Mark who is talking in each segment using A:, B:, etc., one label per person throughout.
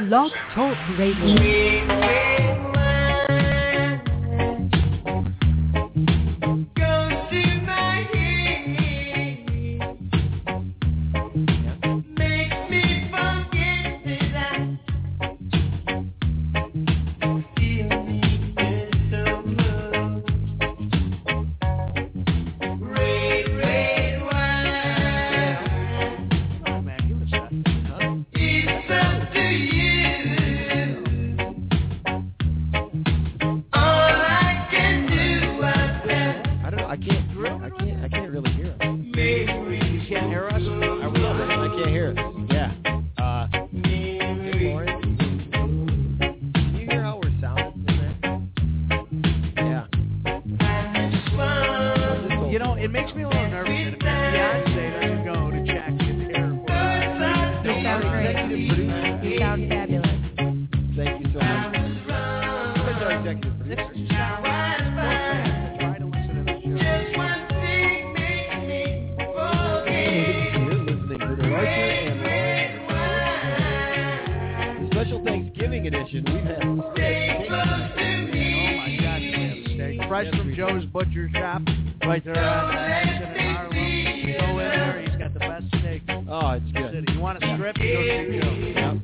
A: Blog Talk Radio.
B: I don't know. I can't. I can't. I can't really hear us. You can't hear us. Are we over? I can't hear us. Yeah. Uh, hey, Lawrence, can you hear how we're sounding in there? Yeah.
C: You know, it makes me a little nervous that if Beyonce doesn't go to Jackson Airport.
D: You sound
B: Executive
D: great.
B: producer.
D: You sound fabulous.
B: Thank you so much. That's our executive producer.
C: Try to listen to the show.
B: You're listening to the Larcher and Lawrence Special Thanksgiving edition. We've had
C: Oh my God, you made a mistake. Fresh from Joe's Butcher Shop, right there on Madison and Harlem. Go in there, he's got the best steak in
B: Oh, it's
C: the
B: good.
C: city. You want a strip? Go see Joe.
B: Yep.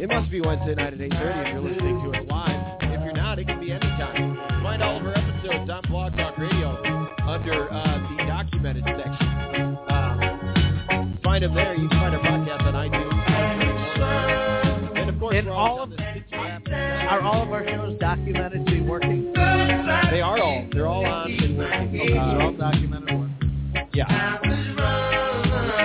B: It must be Wednesday night at 8.30 if you're listening to us live. If you're not, it can be any time. Find all of our episodes on Blog Talk Radio under uh, the documented section. Uh, find them there. You can find our podcast on iTunes. And of course,
C: And
B: we're
C: all
B: always on
C: of-
B: the Stitcher app.
C: Are all of our shows documented to be working?
B: They are all. They're all on and working.
C: Uh, they're all
B: Uh,
C: documented work.
B: yeah.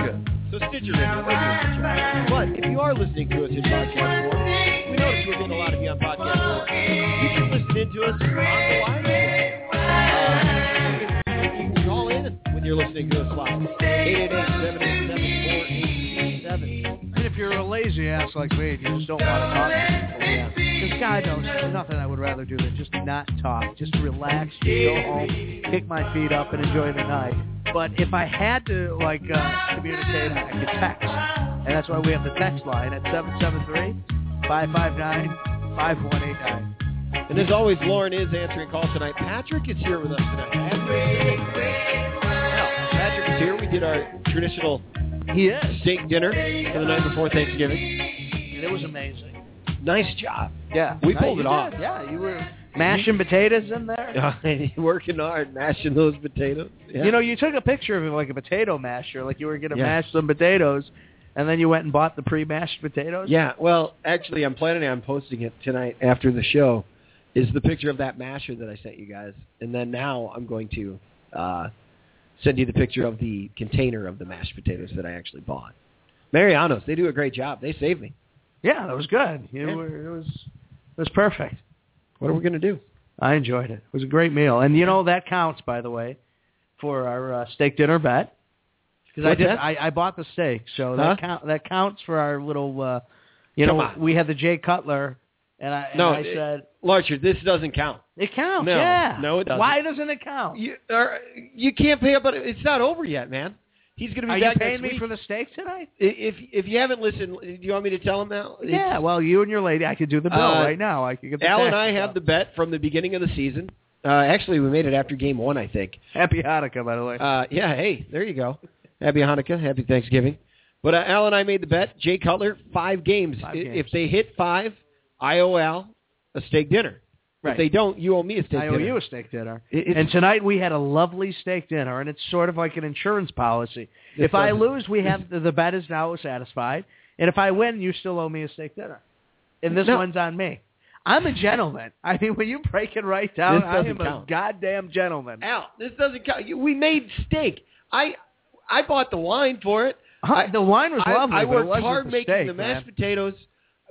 B: Good. So Stitcher Radio. we're doing Stitcher. But if you are listening to us in podcast form, we notice we're getting a lot of you on podcast form. You can listen in to us on the live show. Uh, you can call in when you're listening to us live. 888-787-4887.
C: And if you're a lazy ass like me and you just don't want to talk to people, yeah. Because God knows there's nothing I would rather do than just not talk. Just relax, just go home, kick my feet up, and enjoy the night. But if I had to, like, uh, communicate, I could text. And that's why we have the text line at 773-559-5189.
B: And as always, Lauren is answering calls tonight. Patrick is here with us tonight. Now, Patrick is here. We did our traditional
C: He is.
B: steak dinner for the night before Thanksgiving.
C: And it was amazing.
B: Nice job.
C: Yeah.
B: We
C: No,
B: pulled
C: you
B: it off.
C: did. Yeah, you were mashing potatoes in there.
B: Working hard, mashing those potatoes.
C: You know, you took a picture of it like a potato masher, like you were going to
B: Yeah.
C: mash some potatoes, and then you went and bought the pre-mashed potatoes.
B: Yeah, well, actually, I'm planning on posting it tonight after the show. Is the picture of that masher that I sent you guys, and then now I'm going to uh, send you the picture of the container of the mashed potatoes that I actually bought. Mariano's, they do a great job. They saved me.
C: Yeah, that was good. You
B: Yeah.
C: were, it was it was perfect.
B: What are we gonna do?
C: I enjoyed it. It was a great meal, and you know that counts, by the way, for our uh, steak dinner bet. Because I
B: What's
C: did,
B: that?
C: I, I bought the steak, so that
B: Huh?
C: count, that counts for our little. Uh, you
B: Come
C: know,
B: on.
C: we had the Jay Cutler, and I and
B: No,
C: I
B: it-
C: said
B: Larcher, this doesn't count.
C: it counts.
B: No,
C: yeah,
B: no, it doesn't.
C: Why doesn't it count?
B: You are, you can't pay up, but it's not over yet, man. He's gonna be
C: Are you
B: back
C: paying
B: next
C: me
B: week.
C: for the steak tonight?
B: if if you haven't listened, do you want me to tell him now? It's-
C: Yeah, well, you and your lady, I could do the bill
B: Uh,
C: right now. I could get the
B: Al and I
C: taxes
B: have
C: up.
B: the bet from the beginning of the season. Uh, actually, we made it after game one, I think.
C: happy Hanukkah, by the way.
B: Uh, yeah, hey, there you go. Happy Hanukkah, happy Thanksgiving. But uh, Al and I made the bet. Jay Cutler, five games.
C: Five
B: I-
C: games.
B: If they hit five, I owe Al a steak dinner. If
C: Right.
B: they don't, you owe me a steak
C: I owe
B: dinner.
C: you a steak dinner.
B: It- it's-
C: and tonight we had a lovely steak dinner, and it's sort of like an insurance policy.
B: This
C: if I
B: doesn't-
C: lose, we have the, the bet is now satisfied, and if I win, you still owe me a steak dinner. And this
B: No.
C: one's on me. I'm a gentleman. I mean, when you break it right down,
B: This
C: I
B: doesn't
C: am
B: count.
C: a goddamn gentleman.
B: Al, this doesn't count. You- We made steak. I I bought the wine for it.
C: Huh,
B: I-
C: the wine was
B: I,
C: lovely.
B: I
C: but it
B: worked
C: wasn't
B: hard
C: the
B: making
C: steak,
B: the
C: man.
B: mashed potatoes,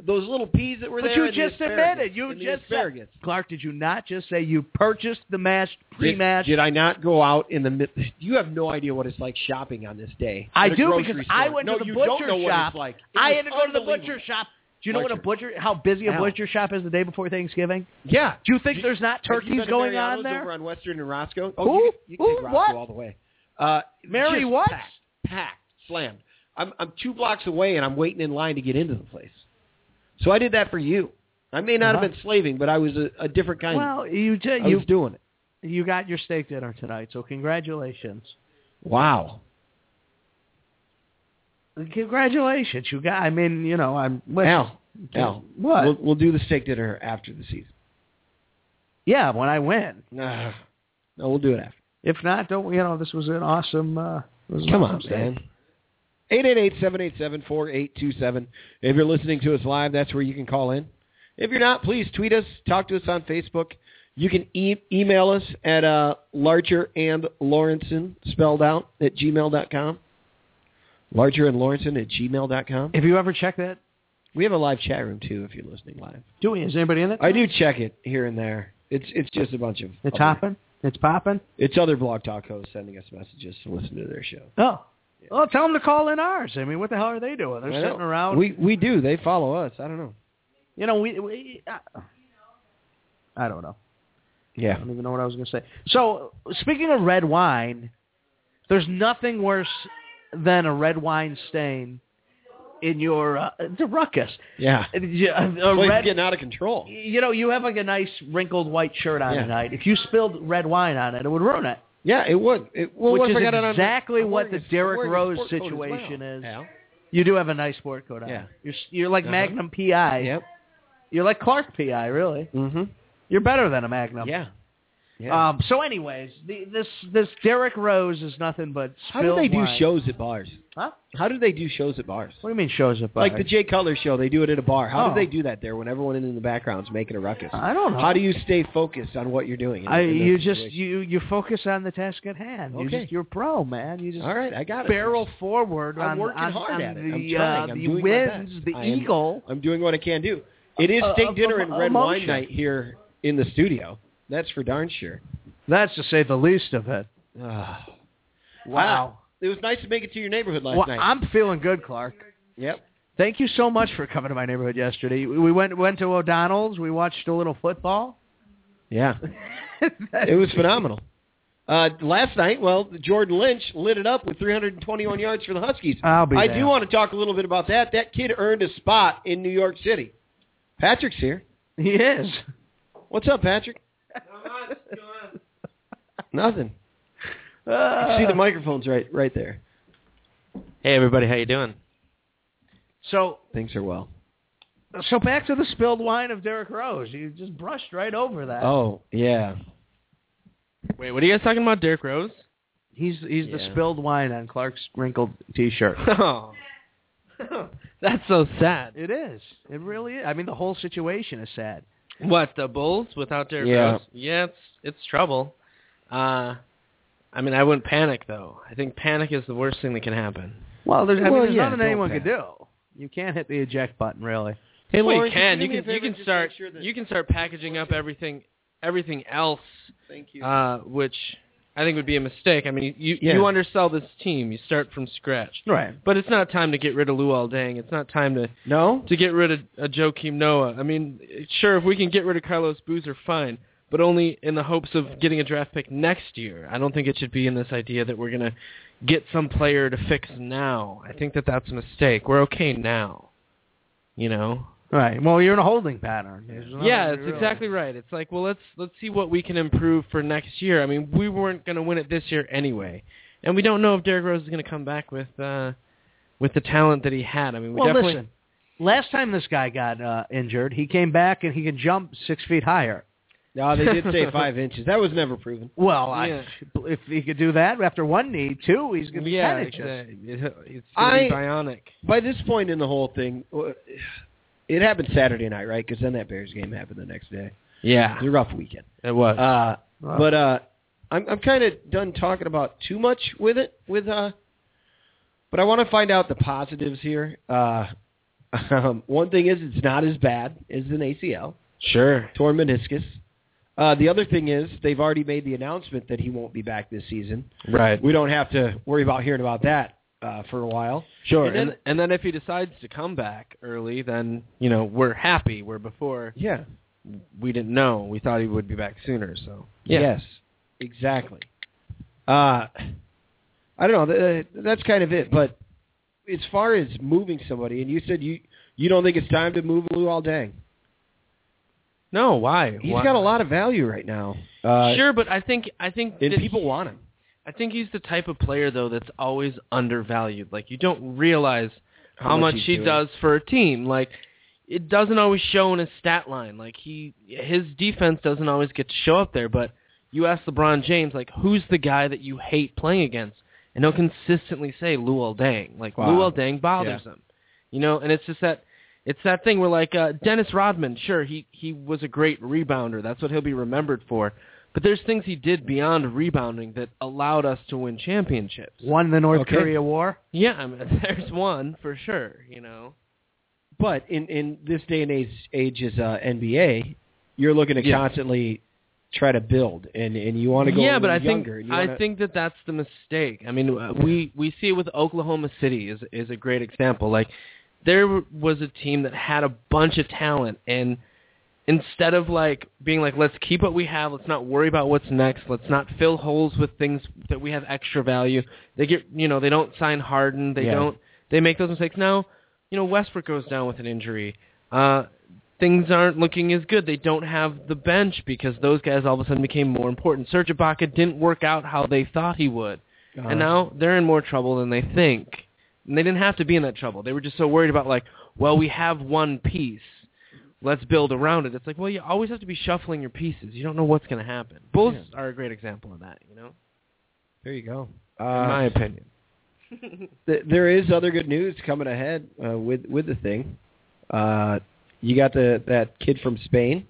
B: those little peas that were
C: But
B: there.
C: you
B: and the
C: just
B: asparagus,
C: admitted. You
B: and the
C: just
B: asparagus.
C: said, Clark. Did you not just say you purchased the mashed
B: Did-
C: pre-mashed?
B: Did, I not go out in the mid? You have no idea what it's like shopping on this day.
C: I
B: At a
C: do
B: grocery
C: because
B: store.
C: I went
B: no,
C: to the
B: you don't
C: butcher
B: know
C: shop.
B: What it's like. It
C: I
B: was
C: had to go to the
B: unbelievable.
C: butcher shop. Do you know what a
B: Butcher.
C: butcher? How busy a
B: Al.
C: butcher shop is the day before Thanksgiving?
B: Yeah.
C: Do you think
B: Did-
C: there's not
B: have you
C: turkeys
B: been to
C: going
B: Mariano's
C: on there?
B: Over on Western and Roscoe.
C: Who?
B: Oh, you, can- you can
C: Who?
B: take Roscoe
C: What?
B: all the way. Uh,
C: Mary
B: just
C: what?
B: Packed, packed, slammed. I'm I'm two blocks away and I'm waiting in line to get into the place. So I did that for you. I may not
C: Uh-huh.
B: have been slaving, but I was a, a different kind.
C: Well, you
B: I
C: did.
B: was
C: You
B: doing it.
C: you got your steak dinner tonight, so congratulations.
B: Wow.
C: Congratulations, you got. I mean, you know, I'm. Listen,
B: Al, Al,
C: what?
B: We'll, we'll do the steak dinner after the season.
C: yeah, when I win.
B: Nah, no, we'll do it after.
C: If not, don't you know? This was an awesome. Uh, it was an
B: Come
C: awesome
B: on,
C: steak.
B: man. 888-787-4827. If you're listening to us live, that's where you can call in. If you're not, please tweet us, talk to us on Facebook. You can e- email us at uh, Larcher and Lawrenson, spelled out, at gmail.com. Larcher and Lawrenson at gmail.com.
C: Have you ever checked that?
B: We have a live chat room, too, if you're listening live.
C: Do we? Is anybody in it?
B: I do check it here and there. It's it's just a bunch of
C: It's
B: other-
C: hopping. It's popping.
B: It's other blog talk hosts sending us messages to listen to their show.
C: Oh. Well, tell them to call in ours. I mean, what the hell are they doing? They're
B: I know.
C: sitting around.
B: We we do. They follow us. I don't know.
C: you know, we. we uh, I don't know. I
B: Yeah.
C: don't even know what I was going to say. So, speaking of red wine, there's nothing worse than a red wine stain in your uh, the ruckus.
B: Yeah.
C: Uh, A, a
B: Place
C: red,
B: getting out of control.
C: you know, you have like a nice wrinkled white shirt on
B: Yeah.
C: tonight. If you spilled red wine on it, it would ruin it.
B: Yeah, it would. It, well,
C: Which
B: what if
C: is
B: I got it on-
C: exactly
B: I'm
C: what
B: wearing
C: the
B: a- I'm
C: Derrick
B: wearing a
C: Rose
B: sport coat as well,
C: situation is.
B: Al.
C: You do have a nice sport coat on.
B: Yeah.
C: You're s- you're like
B: Uh-huh.
C: Magnum PI.
B: Yep.
C: You're like Clark PI, really.
B: Mm-hmm.
C: You're better than a Magnum.
B: Yeah. Yeah.
C: Um, so, anyways, the, this this Derek Rose is nothing but
B: How do they
C: spilled
B: do
C: wine.
B: shows at bars?
C: Huh?
B: How do they do shows at bars?
C: What do you mean shows up?
B: Like the Jay Cutler show, they do it at a bar. How
C: Oh.
B: do they do that there when everyone in the background's making a ruckus?
C: I don't know.
B: How do you stay focused on what you're doing? in-
C: I,
B: in those
C: you just
B: situations?
C: you you focus on the task at hand. You
B: Okay.
C: just, you're pro, man. You just
B: all right, I got it.
C: barrel forward
B: I'm
C: on,
B: working
C: on,
B: hard
C: on
B: at it. I'm
C: the
B: trying.
C: uh,
B: I'm
C: the
B: doing my
C: wins,
B: best.
C: the
B: I am-
C: eagle.
B: I'm doing what I can do. It is
C: Uh,
B: steak
C: uh,
B: dinner and
C: uh,
B: red
C: emotion.
B: wine night here in the studio. That's for darn sure.
C: That's to say the least of it.
B: Ah.
C: Wow.
B: It was nice to make it to your neighborhood last
C: Well,
B: night.
C: I'm feeling good, Clark.
B: yep.
C: Thank you so much for coming to my neighborhood yesterday. We went went to O'Donnell's. We watched a little football.
B: Yeah. It was phenomenal. Uh, last night, well, Jordan Lynch lit it up with 321 yards for the Huskies.
C: I'll be
B: I
C: there.
B: do want to talk a little bit about that. That kid earned a spot in New York City. Patrick's here.
C: He is.
B: What's up, Patrick? Nothing.
C: Uh,
B: See the microphone's right right there.
D: Hey everybody, how you doing?
C: so
B: Things are well.
C: so back to the spilled wine of Derrick Rose. You just brushed right over that.
B: Oh yeah.
D: Wait, what are you guys talking about, Derek Rose?
C: He's he's the
D: Yeah.
C: spilled wine on Clark's wrinkled T-shirt.
D: Oh, that's so sad.
C: it is. It really is. I mean, the whole situation is sad.
D: What the Bulls without Derek
B: Yeah.
D: Rose? Yeah, it's it's trouble. Uh, I mean, I wouldn't panic though. I think panic is the worst thing that can happen.
C: Well, there's, I mean,
B: Well,
C: there's
B: yeah,
C: nothing
B: don't
C: anyone
B: panic.
C: could do. You can't hit the eject button, really.
B: Hey,
D: well,
B: Lawrence,
D: you can.
B: do
D: You
B: me a
D: can. You
B: favor?
D: can
B: Just make
D: start.
B: sure that-
D: You can start packaging up everything. Everything else,
B: Thank you.
D: uh, which I think would be a mistake. I mean, you
B: Yeah.
D: you undersell this team. You start from scratch.
C: Right.
D: But it's not time to get rid of Luol Deng. It's not time to
B: no.
D: to get rid of uh, Joakim Noah. I mean, sure, if we can get rid of Carlos Boozer, fine, but only in the hopes of getting a draft pick next year. I don't think it should be in this idea that we're going to get some player to fix now. I think that that's a mistake. We're okay now, you know.
C: Right. Well, you're in a holding pattern. There's nothing
D: yeah,
C: to
D: that's
C: really-
D: exactly right. It's like, well, let's let's see what we can improve for next year. I mean, we weren't going to win it this year anyway, and we don't know if Derrick Rose is going to come back with uh, with the talent that he had. I mean, we
C: Well,
D: definitely
C: listen. Last time this guy got uh, injured, he came back and he could jump six feet higher.
B: No, they did say five inches. That was never proven.
C: Well,
D: Yeah.
C: I, if he could do that after one knee, two, he's going to be
D: yeah,
C: ten inches.
D: exactly. It- It's gonna be
B: I-
D: bionic.
B: By this point in the whole thing, uh, it happened Saturday night, right? Because then that Bears game happened the next day. It
D: Yeah,
B: was a rough weekend.
D: it was.
B: Uh,
C: Wow.
B: But uh, I'm I'm kind of done talking about too much with it. With uh, but I want to find out the positives here. Uh, um, one thing is it's not as bad as an ACL.
D: sure.
B: torn meniscus. Uh, the other thing is they've already made the announcement that he won't be back this season.
D: Right.
B: We don't have to worry about hearing about that uh, for a while.
D: Sure.
B: And
D: And
B: then-
D: then, and, then if he decides to come back early, then you know we're happy. Where before
B: Yeah.
D: we didn't know. We thought he would be back sooner. So
B: Yes. Exactly. Uh, I don't know. Th- That's kind of it. But as far as moving somebody, and you said you you don't think it's time to move Lou Aldang.
D: No, why?
B: He's
D: Why?
B: got a lot of value right now. Uh,
D: sure, but I think I think
B: and
D: that
B: people want him.
D: I think he's the type of player though that's always undervalued. Like you don't realize how, much,
B: he's
D: he
B: doing.
D: does for a team. Like it doesn't always show in his stat line. Like he his defense doesn't always get to show up there, but you ask LeBron James like who's the guy that you hate playing against? And he'll consistently say Lou Aldang. Like
B: Wow.
D: Lou Aldang bothers him. You know, and it's just that it's that thing where like uh, Dennis Rodman, sure he he was a great rebounder. That's what he'll be remembered for. But there's things he did beyond rebounding that allowed us to win championships.
C: Won the North
B: Okay.
C: Korea War.
D: Yeah, I mean, there's one for sure. You know.
B: But in in this day and age, age is uh, NBA. You're looking to
D: Yeah.
B: constantly try to build, and and you want to go.
D: yeah,
B: a
D: but I
B: little
D: think
B: younger, and you
D: I
B: wanna-
D: think that that's the mistake. I mean, uh, we we see it with Oklahoma City is is a great example. Like there w- was a team that had a bunch of talent and instead of like being like let's keep what we have, let's not worry about what's next, let's not fill holes with things that we have extra value. They get, you know, they don't sign Harden, they
B: Yeah.
D: don't they make those mistakes. Now, you know, Westbrook goes down with an injury. Uh things aren't looking as good. They don't have the bench because those guys all of a sudden became more important. Serge Ibaka didn't work out how they thought he would,
B: Uh-huh.
D: and now they're in more trouble than they think. And they didn't have to be in that trouble. They were just so worried about like, well, we have one piece. Let's build around it. It's like, well, you always have to be shuffling your pieces. You don't know what's going to happen. Bulls are a great example of that, you know,
B: there you go.
D: in
B: Uh,
D: my opinion.
B: th- there is other good news coming ahead uh, with with the thing. Uh, you got the that kid from Spain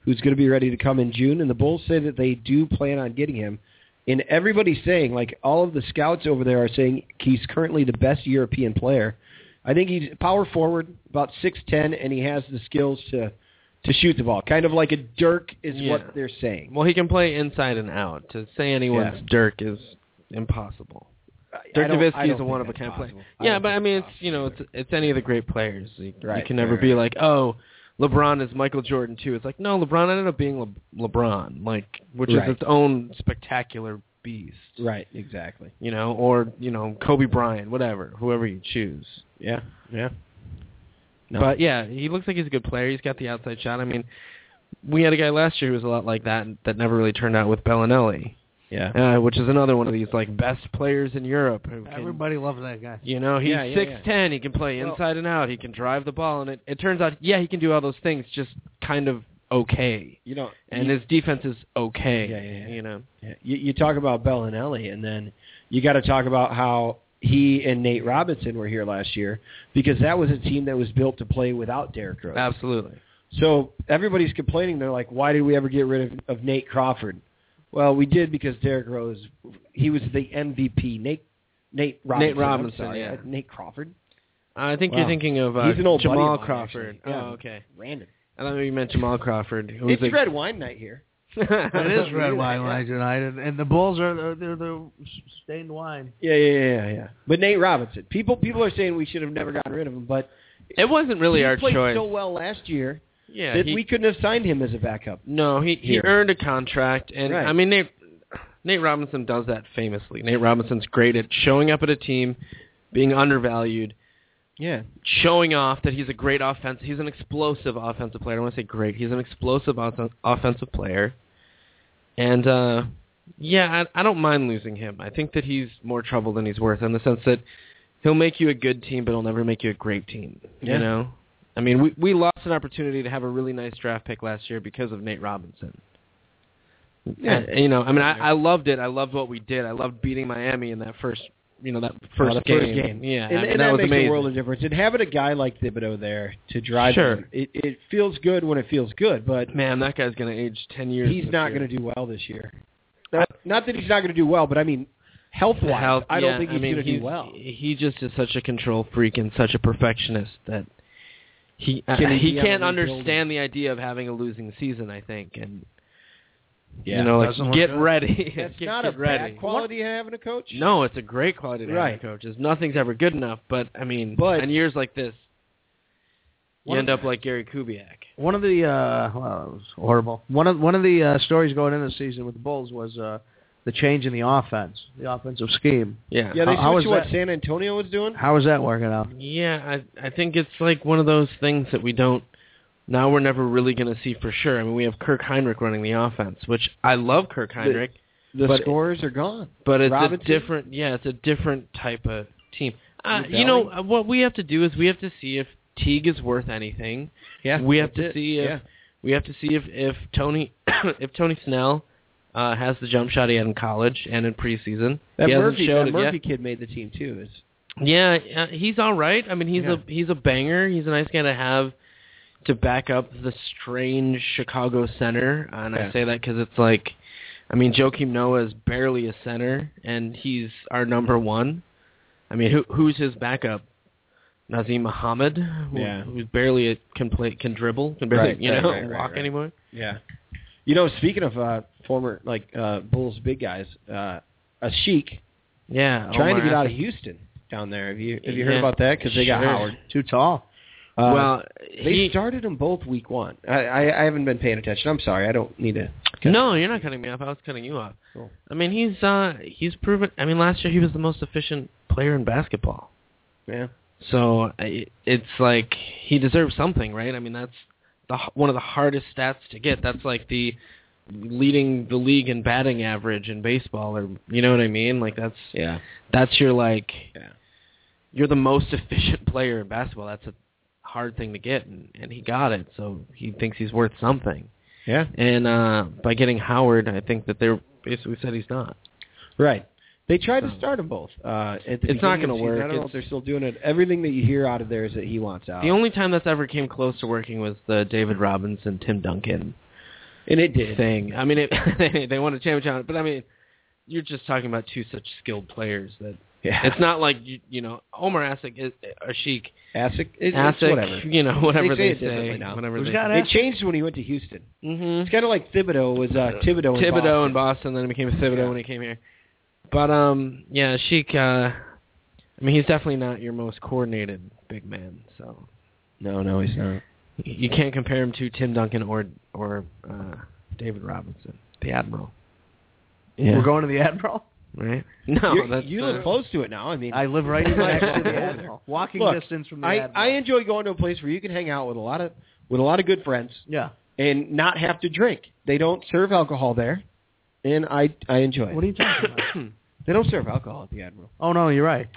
B: who's going to be ready to come in June, and the Bulls say that they do plan on getting him. And everybody's saying, like all of the scouts over there are saying, he's currently the best European player. I think he's power forward, about six ten, and he has the skills to to shoot the ball, kind of like a Dirk is
D: Yeah.
B: what they're saying.
D: Well, he can play inside and out. To say anyone's
B: Yeah.
D: Dirk is impossible.
B: I- I
D: Dirk
B: don't- I
D: Nowitzki
B: don't
D: is a
B: think
D: one of a
B: that's
D: kind player.
B: possible.
D: yeah,
B: don't
D: but
B: think
D: I mean, it's
B: that's
D: you know,
B: possible.
D: it's it's any of the great players. You, you
B: Right,
D: can never
B: right,
D: be
B: right.
D: like, oh, LeBron is Michael Jordan too. It's like no, LeBron ended up being Le- LeBron, like which
B: Right.
D: is its own spectacular beast.
B: right, exactly.
D: You know, or you know, Kobe Bryant, whatever, whoever you choose.
B: Yeah, yeah. No.
D: But yeah, he looks like he's a good player. He's got the outside shot. I mean, we had a guy last year who was a lot like that, and that never really turned out with Bellinelli,
B: Yeah.
D: uh, which is another one of these like best players in Europe who can
C: Everybody loves that guy.
D: You know, he's
B: Yeah, yeah,
D: six ten. He can play
B: Well-
D: inside and out. He can drive the ball, and it, it turns out, yeah, he can do all those things, just kind of okay.
B: You know,
D: And
B: you,
D: his defense is okay.
B: Yeah, yeah, yeah.
D: You know,
B: yeah, you, you talk about Bellinelli, and then you got to talk about how he and Nate Robinson were here last year because that was a team that was built to play without Derrick Rose.
D: absolutely.
B: So everybody's complaining. They're like, why did we ever get rid of, of Nate Crawford? Well, we did because Derrick Rose, he was the MVP. Nate Nate Robinson. I'm
D: Robinson,
B: sorry. Uh,
D: yeah.
B: Nate Crawford.
D: I think
B: Wow.
D: you're thinking of uh,
B: He's an old buddy
D: Jamal
B: of mine,
D: Crawford.
B: actually. Yeah.
D: Oh, okay.
B: Random.
D: I thought you meant Jamal Crawford. Who
B: It's
D: was a,
B: red wine night here.
C: It is red
B: Yeah.
C: wine line tonight, and, and the Bulls are they're, they're the stained wine.
B: Yeah, yeah, yeah, yeah. But Nate Robinson. People people are saying we should have never gotten rid of him, but
D: It wasn't really
B: he
D: our
B: played
D: choice.
B: so well last year
D: yeah,
B: that
D: he-
B: we couldn't have signed him as a backup.
D: No, he he
B: Here.
D: earned a contract, and
B: Right.
D: I mean Nate Nate Robinson does that famously. Nate Robinson's great at showing up at a team, being undervalued,
B: Yeah,
D: showing off that he's a great offense. He's an explosive offensive player. I don't want to say great. He's an explosive offen- offensive player, and uh, yeah, I, I don't mind losing him. I think that he's more trouble than he's worth in the sense that he'll make you a good team, but he'll never make you a great team.
B: Yeah.
D: You know, I mean, we we lost an opportunity to have a really nice draft pick last year because of Nate Robinson.
B: Yeah.
D: Uh, you know, I mean, I, I loved it. I loved what we did. I loved beating Miami in that first, you know, that first,
B: the
D: game.
B: first game.
D: Yeah,
B: and,
D: I mean,
B: and
D: that, was
B: makes
D: amazing.
B: a world of difference. And having a guy like Thibodeau there to drive,
D: Sure.
B: him, it, it feels good when it feels good, but
D: Man, that guy's gonna age ten years.
B: he's not
D: going
B: going to do well this year. Not, not that he's not going to do well, but I mean health wise, I don't think he's
D: mean,
B: going to do well.
D: He just is such a control freak and such a perfectionist that he uh,
B: Can he
D: he
B: be
D: can't
B: on the rebuild?
D: understand the idea of having a losing season. I think, and
B: Yeah.
D: you know, like
C: Doesn't look
D: get
C: good.
D: ready.
B: That's
D: Get-
B: not a
D: get
B: bad
D: ready.
B: quality of having a coach.
D: No, it's a great quality to
B: Right.
D: have coaches. Nothing's ever good enough, but I mean,
B: But-
D: in years like this, you
C: One-
D: end up like Gary Kubiak.
C: One of the uh, well, it was horrible. One of one of the uh, stories going into the season with the Bulls was uh, the change in the offense, the offensive scheme.
D: Yeah.
B: Yeah, they
C: How- how
B: switched to
C: is
B: what
C: that-
B: San Antonio was doing.
C: How is that working out?
D: Yeah, I I think it's like one of those things that we don't now we're never really going to see for sure. I mean, we have Kirk Heinrich running the offense, which I love Kirk Heinrich,
B: The
D: But-
B: scorers are gone.
D: but it's
B: Robinson?
D: a different yeah, it's a different type of team. Uh,
B: Rebelling?
D: you know uh, what we have to do is we have to see if Teague is worth anything.
B: Yeah,
D: we have to
B: that's it.
D: see if
B: Yeah.
D: we have to see if if Tony if Tony Snell uh, has the jump shot he had in college and in preseason.
B: That
D: he
B: Murphy,
D: hasn't showed
B: that
D: it
B: Murphy
D: yet.
B: kid made the team too. Is
D: Yeah, uh, he's all right. I mean, he's
B: Yeah.
D: a he's a banger. He's a nice guy to have to back up the strange Chicago center, and
B: Yeah.
D: I say that because it's like, I mean, Joakim Noah is barely a center, and he's our number one. I mean, who who's his backup? Nazim Muhammad, who,
B: Yeah.
D: who barely a, can play, can dribble, can barely
B: Right,
D: you
B: right,
D: know
B: right, right,
D: walk
B: right.
D: anymore.
B: Yeah. You know, speaking of uh, former like uh, Bulls big guys, uh, a Sheik
D: Yeah,
B: trying to
D: Omar
B: get out of
D: Ash-
B: Houston down there. Have you have you heard
D: Oh, Yeah.
B: about that? Because they got
D: Sure.
B: Howard.
C: Too tall.
B: Uh,
D: well,
B: they
D: he,
B: started them both week one. I, I I haven't been paying attention. I'm sorry. I don't need to.
D: No, you're not cutting me off. I was cutting you off.
B: Cool.
D: I mean, he's uh he's proven. I mean, last year he was the most efficient player in basketball.
B: Yeah.
D: So I- it's like he deserves something, right? I mean, that's the h- one of the hardest stats to get. That's like the leading the league in batting average in baseball, or you know what I mean? Like that's
B: Yeah.
D: that's your like
B: Yeah.
D: you're the most efficient player in basketball. That's a hard thing to get, and, and he got it. So he thinks he's worth something.
B: Yeah.
D: And uh, by getting Howard, I think that they're basically said he's not.
B: Right. They tried to
D: So-
B: start them both. Uh, at the
D: It's not
B: beginning of
D: gonna
B: the season.
D: work.
B: I don't know
D: It's-
B: if they're still doing it. Everything that you hear out of there is that he wants out,
D: The only time that's ever came close to working was the David Robinson, Tim Duncan
B: and it did.
D: thing. I mean, it, they, they won a championship, on it, but I mean, you're just talking about two such skilled players that
B: yeah.
D: it's not like you, you know Omar Asik is or Sheik
B: Asic. It,
D: Asik,
B: It's whatever.
D: you know
B: They
D: whatever
B: say
D: they,
B: it differently
D: say,
B: now.
D: whatever
C: Who's
D: they
C: got
B: It changed when he went to Houston.
D: hmm
B: It's kind of like Thibodeau was uh, Thibodeau. in
D: Thibodeau
B: Boston.
D: in Boston, then it became Thibodeau
B: Yeah.
D: when he came here. But um, yeah, Sheik. Uh, I mean, he's definitely not your most coordinated big man, so.
B: No, no, he's not.
D: You can't compare him to Tim Duncan or or uh, David Robinson, the Admiral,
B: Yeah.
C: We're going to the Admiral.
D: right? No,
B: You're-
D: that's
B: you
D: uh,
B: live close to it now. I mean,
C: I live right next to the Admiral, walking
B: Look,
C: distance from the
B: I,
C: Admiral.
B: I enjoy going to a place where you can hang out with a lot of with a lot of good friends
C: yeah.
B: and not have to drink. They don't serve alcohol there, and I I enjoy it.
C: What are you talking about?
B: they don't serve alcohol at the Admiral.
C: Oh no, you're right.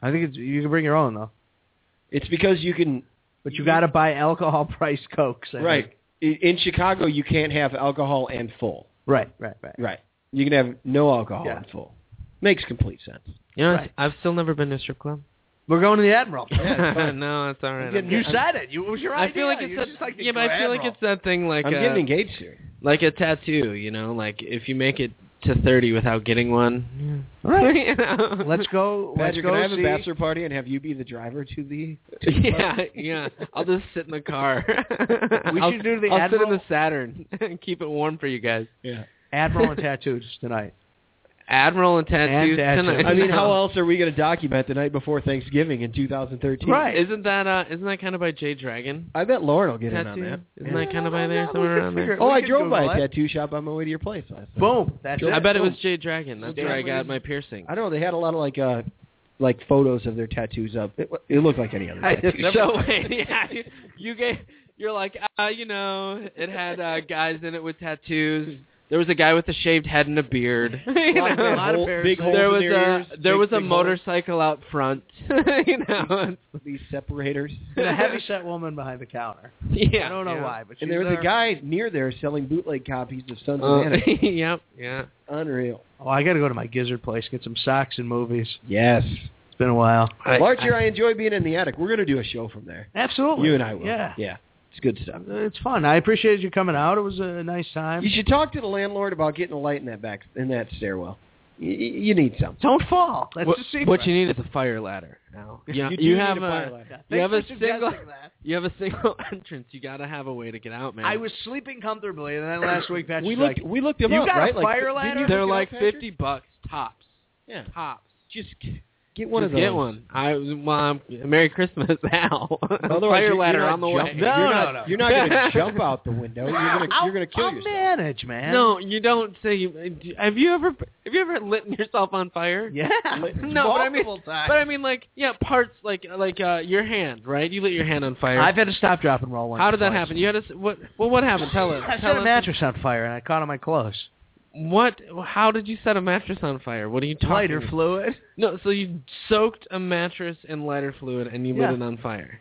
C: I think it's, you can bring your own though,
B: It's because you can
C: but you got to buy alcohol price cokes. I
B: right
C: think.
B: I- in Chicago. You can't have alcohol and full.
C: right, right, right.
B: Right. You can have no alcohol
C: Yeah.
B: and full. Makes complete sense.
D: you know,
C: Right.
D: I've still never been to a strip club.
C: We're going to the Admiral.
B: Yeah, it's fine.
D: no, it's all right.
B: You're
D: I'm
C: You
D: good.
C: said it. You, it was your
D: I
C: idea.
D: feel like
C: You're
D: it's
C: just
D: a,
C: like the
D: yeah, but I feel like
C: Admiral.
D: it's that thing like
B: I'm
D: uh,
B: getting engaged soon.
D: like a tattoo, you know, like if you make it to thirty without getting one.
C: All right.
D: you know?
C: Let's go. Let's
B: Patrick,
C: go
B: can I have
C: see.
B: a bachelor party and have you be the driver to the? to the
D: Yeah,
B: party?
D: yeah. I'll just sit in the car.
C: We
D: I'll,
C: should do the
D: I'll sit in
C: Admiral-
D: the Saturn and keep it warm for you guys.
B: yeah.
C: Admiral and tattoos tonight.
D: Admiral and tattoos
C: tattoos.
D: tonight.
B: I mean, how
D: No.
B: else are we going to document the night before Thanksgiving in 2013?
C: Right.
D: Isn't that uh isn't that kind of by Jay Dragon?
B: I bet Lauren will get
D: tattoo?
B: in on
D: Isn't
B: Yeah.
D: that kind of
C: No,
D: by
C: no,
D: there
C: no,
D: somewhere
C: we
D: around
C: could
D: there?
B: that.
C: figure
B: Oh,
C: We
B: I
C: could
B: drove by
C: Google
B: a
C: it.
B: tattoo shop on my way to your place last night.
C: Boom. That's
D: I
C: it.
D: bet it was
C: Boom.
D: Jay Dragon. That's where I got my piercing.
B: I don't know. They had a lot of like uh like photos of their tattoos up. It, it looked like any other
C: I-
B: tattoo
C: never-
B: shop.
D: So wait, yeah, you, you gave you're like uh, you know it had uh, guys in it with tattoos. There was a guy with a shaved head and a beard. You
B: A lot of
D: know?
B: big
C: A lot of
B: hole-
C: pairs.
B: big holes
D: there
B: in
D: was
B: their
D: a
B: ears,
D: there
B: big-
D: was a
B: big holes,
D: motorcycle out front. you know,
B: these separators.
C: And a heavy set woman behind the counter.
D: yeah.
C: I don't know
D: yeah.
C: why, but she's
B: And there was
C: there.
B: a guy near there selling bootleg copies of Sons of
D: Uh,
B: Anarchy.
D: yep, yeah.
B: Unreal.
C: Oh, I got to go to my gizzard place, get some socks and movies.
B: Yes.
C: It's been a while.
D: I-
B: Larch here, I enjoy being in the attic. We're going to do a show from there.
C: Absolutely.
B: You and I will.
C: Oh, Yeah.
B: Yeah. It's good stuff.
C: It's fun. I appreciated you coming out. It was a nice time.
B: You should talk to the landlord about getting a light in that back in that stairwell. You, you need something.
C: Don't fall. That's
D: what,
C: a secret.
D: what you need is a fire ladder now.
B: You
D: Yeah, you,
B: do need
D: have
B: a
D: a,
B: fire ladder.
C: Yeah,
D: you have
C: thanks
D: a
C: for
D: single
C: suggesting that.
D: you have a single entrance. You gotta have a way to get out, man.
C: I was sleeping comfortably, and then last week Patrick's
B: we
C: like,
B: looked we looked him
C: "You
B: up,
C: got a
B: right?
C: fire
B: didn't
C: ladder?"
B: you look
D: They're
B: it
D: like
B: up, Patrick?
D: fifty bucks tops.
B: Yeah.
D: Tops.
B: Just Get one
D: Just
B: of those.
D: get one. I well, I'm, Merry Christmas, Al.
B: Otherwise,
D: Fire
B: you're-
D: ladder
B: you're not
D: on the way.
B: jumping. You're
C: No,
B: not,
C: no, no.
B: You're not going to jump out the window. You're going to you're going to kill
C: I'll
B: yourself.
C: manage, man.
D: No, you don't say. Have you ever have you ever lit yourself on fire?
C: Yeah.
D: No, but I mean,
C: Multiple times.
D: but I mean, like, yeah, parts like like uh your hand, right? You lit your hand on fire.
C: I've had to stop, drop, and roll once.
D: How
C: or
D: did that
C: twice.
D: happen? You had a s what? Well, what happened? Tell us.
C: I
D: tell
C: set a
D: us.
C: mattress on fire and I caught on my clothes.
D: What? How did you set a mattress on fire? What are you talking?
C: Lighter
D: about?
C: fluid.
D: No, so you soaked a mattress in lighter fluid and you
C: Yeah.
D: lit it on fire.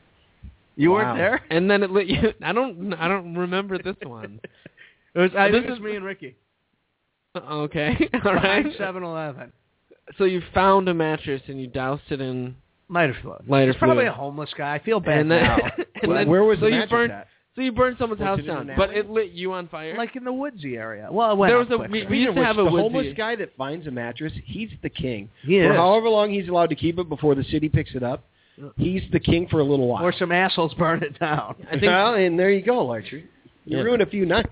C: You
D: Wow.
C: weren't there.
D: And then it lit you. I don't. I don't remember this one. It was. I, this is
C: me and Ricky.
D: okay. All right.
C: Seven Eleven.
D: So you found a mattress and you doused it in
C: Lighter fluid.
D: lighter
C: It's probably a
D: fluid.
C: homeless guy. I feel bad
D: and then,
C: now.
D: and
B: Where-
D: then-
B: Where was
D: so
B: the
D: you
B: mattress
D: burned
B: at?
D: so you burned someone's
B: Was
D: house
B: it in
D: down,
B: an
D: but
B: alley?
D: it lit you on fire.
C: like in the woodsy area. Well, it went
D: There
C: up
D: was a-
C: quicker.
D: we-
B: Speaking
D: used
B: of
D: to
B: which,
D: have a
B: the
D: woodsy-
B: homeless guy that finds a mattress, he's the king.
C: He
B: for
C: is.
B: however long he's allowed to keep it before the city picks it up, he's the king for a little while.
C: or some assholes burn it down.
D: I think-
B: well, and there you go, Archer. You
D: Yeah.
B: ruined a few nights.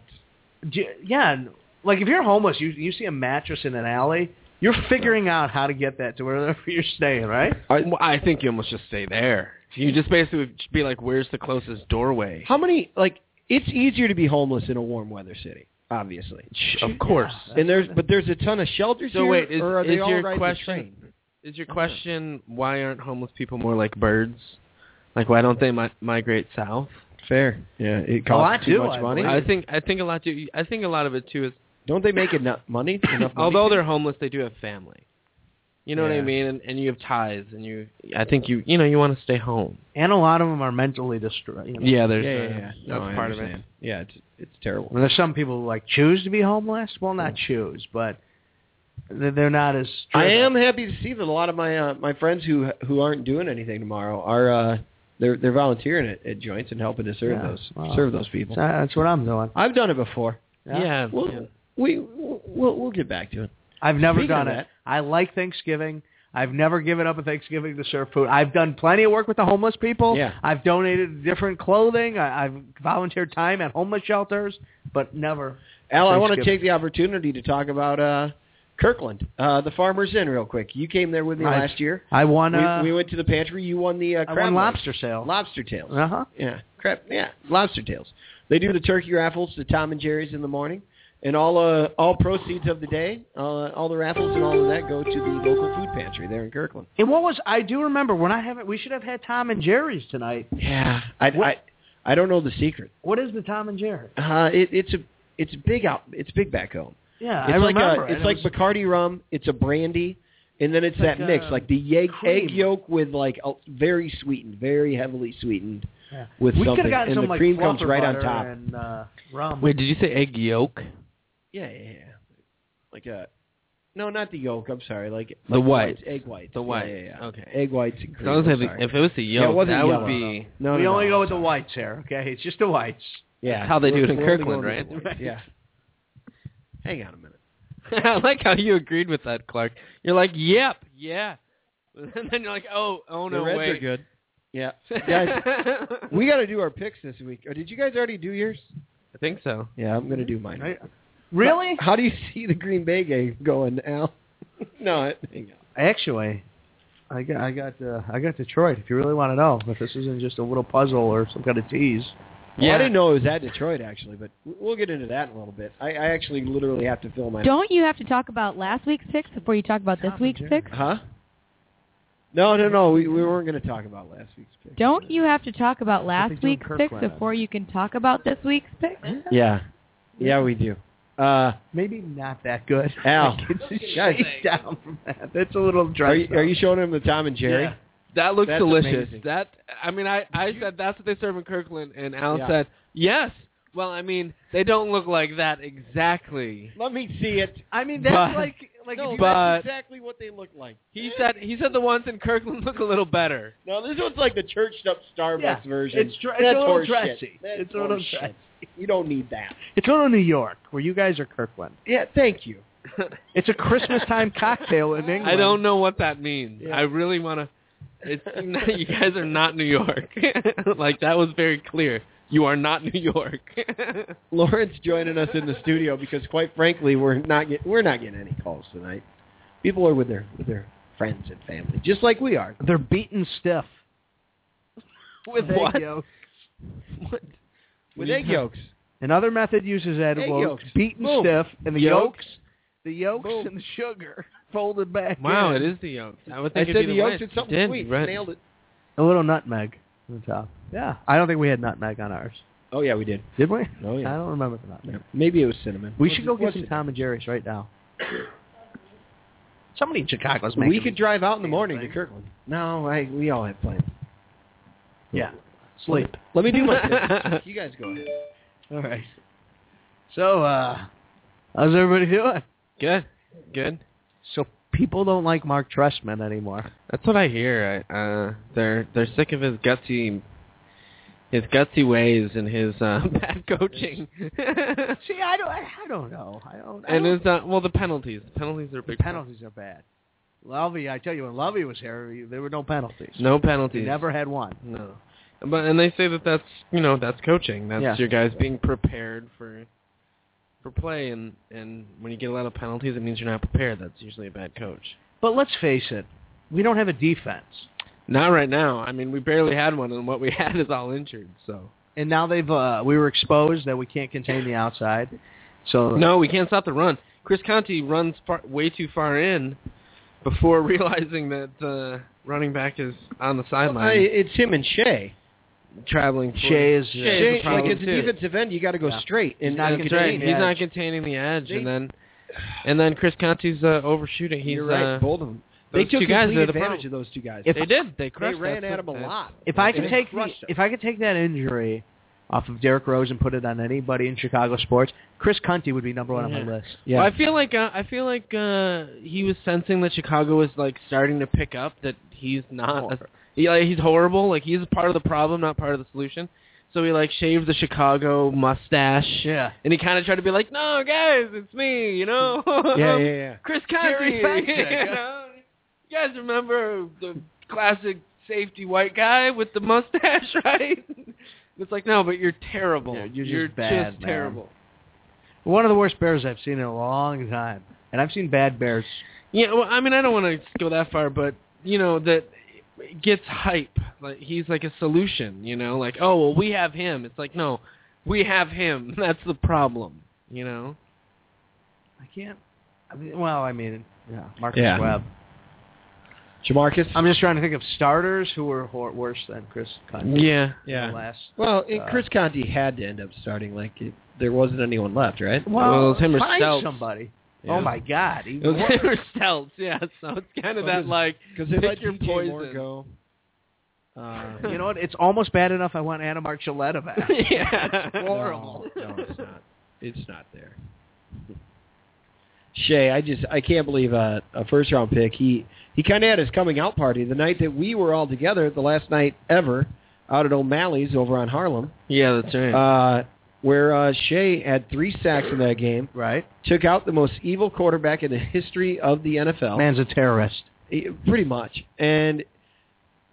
C: Do you- yeah, and, like if you're homeless, you you see a mattress in an alley, you're figuring out how to get that to wherever you're staying, right?
D: I, well, I think you almost just stay there. You just basically would just be like, "Where's the closest doorway?"
B: How many? Like, it's easier to be homeless in a warm weather city, obviously.
D: Of course.
B: And there's, but there's a ton of shelters
D: So
B: here,
D: wait, is-
B: or are they
D: is
B: all
D: your
B: riding
D: question-
B: the train?
D: Is your question why aren't homeless people more like birds? Like why don't they mi- migrate south?
B: Fair. Yeah, it
C: Oh, I
B: costs too
C: do,
B: much
C: I
B: money.
C: believe.
D: I think I think a lot do. I think a lot of it too is
B: Don't they make enough money? Enough money?
D: although they're homeless, they do have family. You know what I
B: Yeah.
D: mean? And, and you have ties, and you. I think you you know you want to stay home.
C: And a lot of them are mentally destroyed. You know?
D: Yeah, there's
B: yeah, yeah,
D: uh,
B: yeah.
D: that's
B: No, I
D: part of
B: understand. Yeah, it's it's terrible.
C: Well, there's some people who like choose to be homeless. Well, not choose, but they're they're not as.
B: I
C: driven.
B: am happy to see that a lot of my uh, my friends who who aren't doing anything tomorrow are uh, they're they're volunteering at, at joints and helping to serve
C: Yeah,
B: those
C: well,
B: serve those people.
C: So That's what I'm doing.
B: I've done it before.
D: it.
C: Yeah.
D: Yeah.
B: We'll, We we'll we'll get back to it.
C: I've never
B: Speaking
C: done
B: of
C: it.
B: that-
C: I like Thanksgiving. I've never given up a Thanksgiving to serve food. I've done plenty of work with the homeless people.
B: Yeah.
C: I've donated different clothing. I, I've volunteered time at homeless shelters, but never.
B: Al, I want to
C: Thanksgiving.
B: take the opportunity to talk about uh, Kirkland, uh, the Farmers Inn, real quick. You came there with me
C: Right.
B: last year.
C: I won. uh,
B: We, we went to the pantry. You won the uh,
C: I
B: crab
C: won
B: legs.
C: lobster sale.
B: lobster tails.
C: Uh huh.
B: Yeah, crap. Yeah, lobster tails. They do the turkey raffles, the Tom and Jerry's in the morning, and all uh, all proceeds of the day, uh, all the raffles and all of that go to the local food pantry there in Kirkland.
C: And what was I do remember? We're not having. We should have had Tom and Jerry's tonight.
B: Yeah, I I,
C: What-
B: I don't know the secret.
C: What is the Tom and Jerry?
B: Uh, it, it's a it's big out. It's big back home.
C: Yeah,
B: It's
C: I
B: like
C: remember.
B: a,
C: and
B: it's
C: it
B: like
C: was-
B: Bacardi rum. It's a brandy, and then it's,
C: It's like,
B: that mix,
C: uh,
B: like the egg,
C: cream.
B: egg yolk with like a, very sweetened, very heavily sweetened
C: yeah.
B: with
C: we could
B: something,
C: have gotten
B: and
C: some
B: the
C: like
B: cream comes
C: fluffer
B: right on
C: butter
B: top.
C: and uh, rum.
D: Wait, did you say egg yolk?
B: Yeah, yeah, yeah. Like a no, not the yolk. I'm sorry. Like
D: The
B: like
D: whites.
B: Egg whites.
D: The
B: Yeah,
D: whites,
B: Yeah, yeah.
D: okay.
B: Egg whites and cream.
D: I was
B: I'm
D: having-
B: sorry.
D: if it was the
B: Yeah, it
D: yolk,
B: wasn't
D: that would
B: yellow,
D: be.
B: no,
C: we
B: no,
C: only
B: no,
C: go
B: I'm
C: with the
B: sorry.
C: whites here. Okay, it's just the whites.
B: Yeah,
D: That's how they do
B: we're-
D: it in
B: we're only
D: Kirkland,
B: going with the
D: right?
B: whites, Yeah. Hang on a minute.
D: I like how you agreed with that, Clark. You're like, "Yep, yeah," and then you're like, "Oh, oh no,
B: the reds
D: wait."
B: are good. Yeah, guys, we got to do our picks this week. Or did you guys already do yours?
D: I think so.
B: Yeah, I'm gonna do mine.
C: Right. Really?
B: How do you see the Green Bay game going, Al? no, it,
C: Actually, I got I got uh, I got Detroit. If you really want to know, if this isn't just a little puzzle or some kind of tease.
B: Well, I didn't know it was at Detroit actually, but we'll get into that in a little bit. I, I actually literally have to fill my
E: Don't you have to talk about last week's picks before you talk about this week's picks?
B: Huh? No, no, no. We, we weren't going to talk about last week's pick.
E: Don't you have to talk about
C: they
E: last
C: do in
E: week's picks
C: Kirkland.
E: before you can talk about this week's picks?
B: Yeah. Yeah, we do. Uh,
C: Maybe not that good.
B: Al,
C: It's a
B: guys.
C: shade down from that. That's a little dry.
B: are you, are you showing him the Tom and Jerry?
C: Yeah.
D: That looks
B: That's
D: delicious.
B: amazing.
D: That I mean, I I said that's what they serve in Kirkland, and Al
B: Yeah.
D: said yes. Well, I mean, they don't look like that exactly.
B: Let me see it.
C: I mean, that's
D: But-
C: like like
B: no,
C: if you,
D: but-
B: that's exactly what they look like.
D: He said he said the ones in Kirkland look a little better.
B: No, this one's like the churched up Starbucks
C: Yeah,
B: version.
C: it's dr- it's
B: That's
C: a little
B: horseshit.
C: dressy.
B: That's
C: It's a little
B: horseshit.
C: dressy.
B: You don't need that.
C: it's little New York where you guys are Kirkland.
B: Yeah, thank you.
C: It's a Christmas time cocktail in England.
D: I don't know what that means.
B: Yeah.
D: I really want to. It's you guys are not New York. like that was very clear. You are not New York.
B: Lawrence joining us in the studio because, quite frankly, we're not get, we're not getting any calls tonight. People are with their with their friends and family, just like we are.
C: They're beaten stiff.
B: With
C: Egg
B: what?
C: yolks.
B: What? With egg yolks.
C: Another method uses edible
B: yolks.
C: beaten
B: Boom.
C: stiff and the
B: Yolks.
C: yolks, the yolks
B: Boom.
C: and the sugar folded back.
D: Wow,
C: in.
D: it is the yolks. I would
B: I
D: think
B: said
D: it'd
B: the
D: be
B: yolks
D: the
B: and something
D: did,
B: sweet.
D: Right.
B: Nailed it.
C: a little nutmeg on the top. Yeah, I don't think we had nutmeg on ours,
B: Oh yeah, we did.
C: did we?
B: Oh, yeah.
C: I don't remember the nutmeg.
B: Maybe it was cinnamon.
C: We
B: Was
C: should
B: it-
C: go get
B: was
C: some
B: it-
C: Tom and Jerry's right now.
B: Somebody in Chicago's
C: making
B: We could drive out in the morning to
C: thing.
B: Kirkland. No, I we all have plans.
C: Yeah, sleep.
B: Let me do my business. You guys go ahead.
C: All right. So, uh, how's everybody doing?
D: Good. Good.
C: So people don't like Mark Trestman anymore.
D: That's what I hear. I, uh, they're they're sick of his gutsy, his gutsy ways and his uh, bad coaching,
C: See, I don't, I, I don't know. I don't. I
D: and
C: don't
D: his uh, well the penalties. The penalties are a
C: the
D: big. problem.
C: penalties are bad. Lovey, I tell you, when Lovey was here, there were no penalties.
D: No
C: he
D: penalties.
C: never had one.
D: No. But and they say that that's you know that's coaching. That's
C: Yeah.
D: your guys being prepared for for play and and when you get a lot of penalties, it means you're not prepared. That's usually a bad coach.
C: But let's face it, we don't have a defense,
D: Not right now. I mean, we barely had one, and what we had is all injured. So
C: and now they've uh, we were exposed that we can't contain the outside. So
D: no, we can't stop the run. Chris Conti runs far, way too far in before realizing that uh, running back is on the
B: Well, I,
D: sideline
B: it's him and Shea.
D: traveling. for-
C: um, Shea is- uh,
D: Shea
C: Yeah,
B: Shea,
D: is a
B: like
D: problem
B: it's a
D: too.
B: defensive end, you got to go
C: Yeah.
B: straight and
C: not
B: and
D: That's
C: containing the
D: right. He's
C: edge.
D: not containing the edge,
B: They-
D: and then and then Chris Conti's uh, overshooting. He's
B: You're right,
D: uh,
B: both of them. they
D: those
B: took
D: two guys
B: complete
D: are the
B: advantage
D: problem.
B: of those two guys.
C: If-
D: they did. They
B: they
D: crushed.
B: ran
D: that's
B: at him a
D: what-
B: lot.
C: if I
B: They
C: could take the,
B: crushed him.
C: if I could take that injury off of Derrick Rose and put it on anybody in Chicago sports, Chris Conti would be number one on
D: Yeah.
C: my list.
B: Yeah.
D: Well, I feel like uh, I feel like uh, he was sensing that Chicago was like starting to pick up that he's not. A, he, like, he's horrible. Like he's part of the problem, not part of the solution. So he like shaved the Chicago mustache.
C: Yeah.
D: And he kind of tried to be like, "No, guys, it's me," you know.
B: yeah, yeah, yeah.
D: Chris Conti.
C: Jerry Fenwick.
D: you, know? You guys remember the classic safety white guy with the mustache, right? It's like, no, but you're terrible.
C: Yeah, you're just
D: you're
C: bad, man.
D: terrible.
C: One of the worst Bears I've seen in a long time, and I've seen bad Bears.
D: Yeah, well, I mean, I don't want to go that far, but you know that it gets hype. Like he's like a solution. You know, like oh well, we have him. It's like no, we have him. That's the problem. You know.
C: I can't. I mean, well, I mean, yeah, Marcus
D: Yeah.
C: Webb.
B: Jamarcus.
C: I'm just trying to think of starters who were hor- worse than Chris Conti.
D: Yeah.
C: The Last.
B: Well, and
C: Uh,
B: Chris Conti had to end up starting. Like it, there wasn't anyone left, right?
D: Well, it was him or
C: find
D: Stelz.
C: somebody.
B: Yeah.
C: Oh my God. He
D: It was
C: worked.
D: or Stelz, yeah. So it's kind of
B: Well,
D: that like
B: Because they
D: pick
B: let
D: your
B: DJ Moore
D: poison.
B: go. Uh,
C: you know what? It's almost bad enough. I want Anna Marchaletta back.
D: yeah.
C: Horrible.
B: No, no, it's not. It's not there. Shay, I just I can't believe uh, a first round pick. He he kind of had his coming out party the night that we were all together, the last night ever, out at O'Malley's over on Harlem,
D: Yeah, that's right.
B: uh, where uh, Shea had three sacks in that game,
C: Right?
B: took out the most evil quarterback in the history of the
D: Oh.
B: NFL.
C: Man's a terrorist.
B: Eh, pretty much, and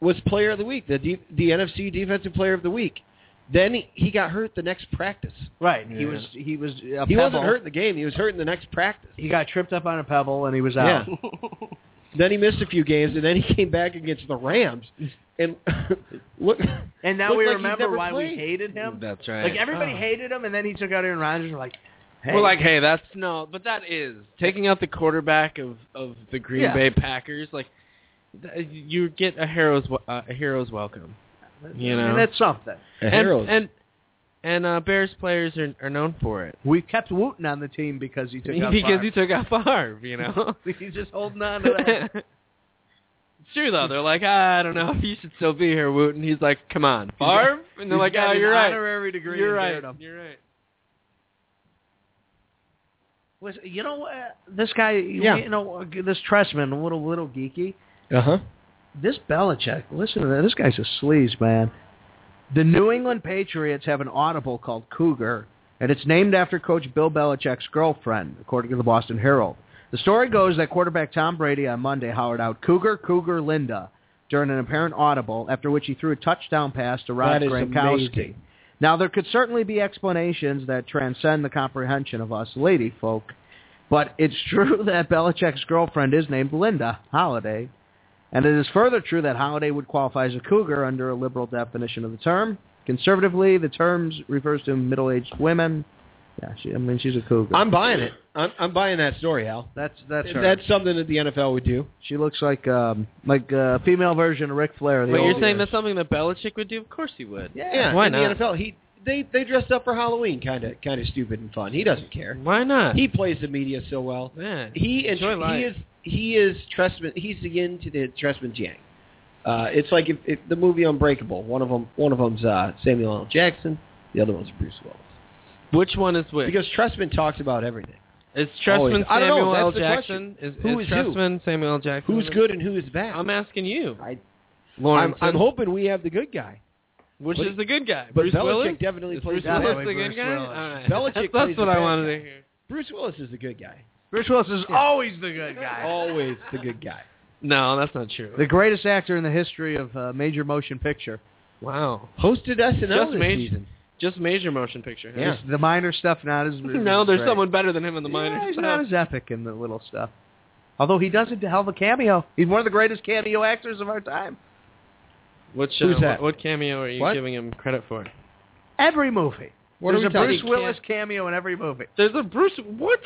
B: was player of the week, the D- the NFC defensive player of the week. Then he, he got hurt the next practice.
C: Right. He
D: Yeah.
C: was. He was. A
B: he
C: pebble.
B: wasn't hurt in the game; he was hurt in the next practice.
C: He got tripped up on a pebble and he was out.
B: then he missed a few games, and then he came back against the Rams, and look.
C: And now
B: Looked
C: we
B: like he's
C: remember
B: never
C: why we
B: played.
C: hated him.
D: that's right.
C: Like everybody
B: Oh.
C: hated him, and then he took out Aaron Rodgers. We're like, hey,
D: Well, like, hey, that's no, but that is taking out the quarterback of of the Green
C: Yeah.
D: Bay Packers. Like, th- you get a hero's w- uh, a hero's welcome, you know.
C: and that's something.
B: A
D: and
B: hero.
D: and, and uh, Bears players are are known for it
C: We kept Wooten on the team because he took out
D: because
C: Favre.
D: he took out Favre, you know.
C: He's just holding on to that.
D: it's true though. They're like, "Ah, I don't know if you should still be here, Wooten. He's like, come on, Favre, and
C: He's
D: they're like,
C: got
D: oh,
C: an
D: you're right,
C: Honorary degree.
D: you're
C: in
D: right,
C: Daredevil.
D: you're right.
C: Was, you know what? This guy,
B: Yeah.
C: you know, this Tressman, a little little geeky.
B: uh huh.
C: This Belichick, listen to that. This guy's a sleaze, man. The New England Patriots have an audible called Cougar, and it's named after Coach Bill Belichick's girlfriend, according to the Boston Herald. The story goes that quarterback Tom Brady on Monday hollered out Cougar, Cougar, Linda during an apparent audible, after which he threw a touchdown pass to Rob
B: That is
C: Gronkowski.
B: amazing.
C: Now, there could certainly be explanations that transcend the comprehension of us lady folk, but it's true that Belichick's girlfriend is named Linda Holiday, And it is further true that Holiday would qualify as a cougar under a liberal definition of the term. Conservatively, the term refers to middle-aged women. Yeah, she, I mean she's a cougar.
B: I'm buying it. I'm, I'm buying that story, Al.
C: that's that's her.
B: That's something that the NFL would do.
C: she looks like um like a female version of Ric Flair. the
D: But you're
C: old
D: saying
C: years.
D: that's something that Belichick would do? Of course he would.
B: Yeah,
D: Why
B: in
D: not?
B: The NFL, he they they dressed up for Halloween, kind of kind of stupid and fun. He doesn't care.
D: Why not?
B: He plays the media so well.
D: yeah.
B: He and
D: Enjoy
B: he
D: life.
B: is he is Tressman. He's the yin to the Tressman Yang. Uh, it's like if, if the movie Unbreakable. One of them one of them's uh, Samuel L. Jackson. The other one's Bruce Willis.
D: Which one is which?
B: Because Tressman talks about everything.
D: is
B: Always.
D: Trustman
B: I don't know.
D: Samuel L.
B: That's the
D: Jackson? Is,
B: Who is who?
D: Trustman Samuel L. Jackson?
B: Who's good and who is bad?
D: I'm asking you.
B: I- I'm,
D: Lawrence.
B: I'm
D: is-
B: hoping we have the good guy.
D: Which
B: but-
D: is the good guy?
B: but
D: Bruce
B: Belichick
D: Willis?
B: definitely
D: is
B: plays
D: Bruce
C: that
D: Willis
C: way,
D: the
C: Bruce
D: good guy?
C: Willis.
D: All right.
B: Belichick
D: That's,
B: plays
D: that's
B: the
D: what I
B: bad
D: wanted
B: guy.
D: to hear.
B: Bruce Willis is the good guy.
C: Bruce Willis is always the good guy.
B: Always the good guy.
D: No, that's not true.
C: The greatest actor in the history of uh, major motion picture.
D: wow.
B: Hosted SNL
D: Just
B: this
D: made-
B: season.
D: Just major motion picture. huh?
B: Yeah.
C: Just The minor stuff not as
D: No, there's
C: great.
D: someone better than him in the minor
C: Yeah, he's
D: stuff.
C: not as epic in the little stuff. Although he does a hell of a cameo. He's one of the greatest cameo actors of our time.
D: Which, uh,
B: Who's that?
D: What, what cameo are you
B: What?
D: giving him credit for?
C: Every movie.
B: What
C: There's
B: are
C: a
B: we talking-
C: Bruce Willis cameo in every movie.
D: There's a Bruce. What?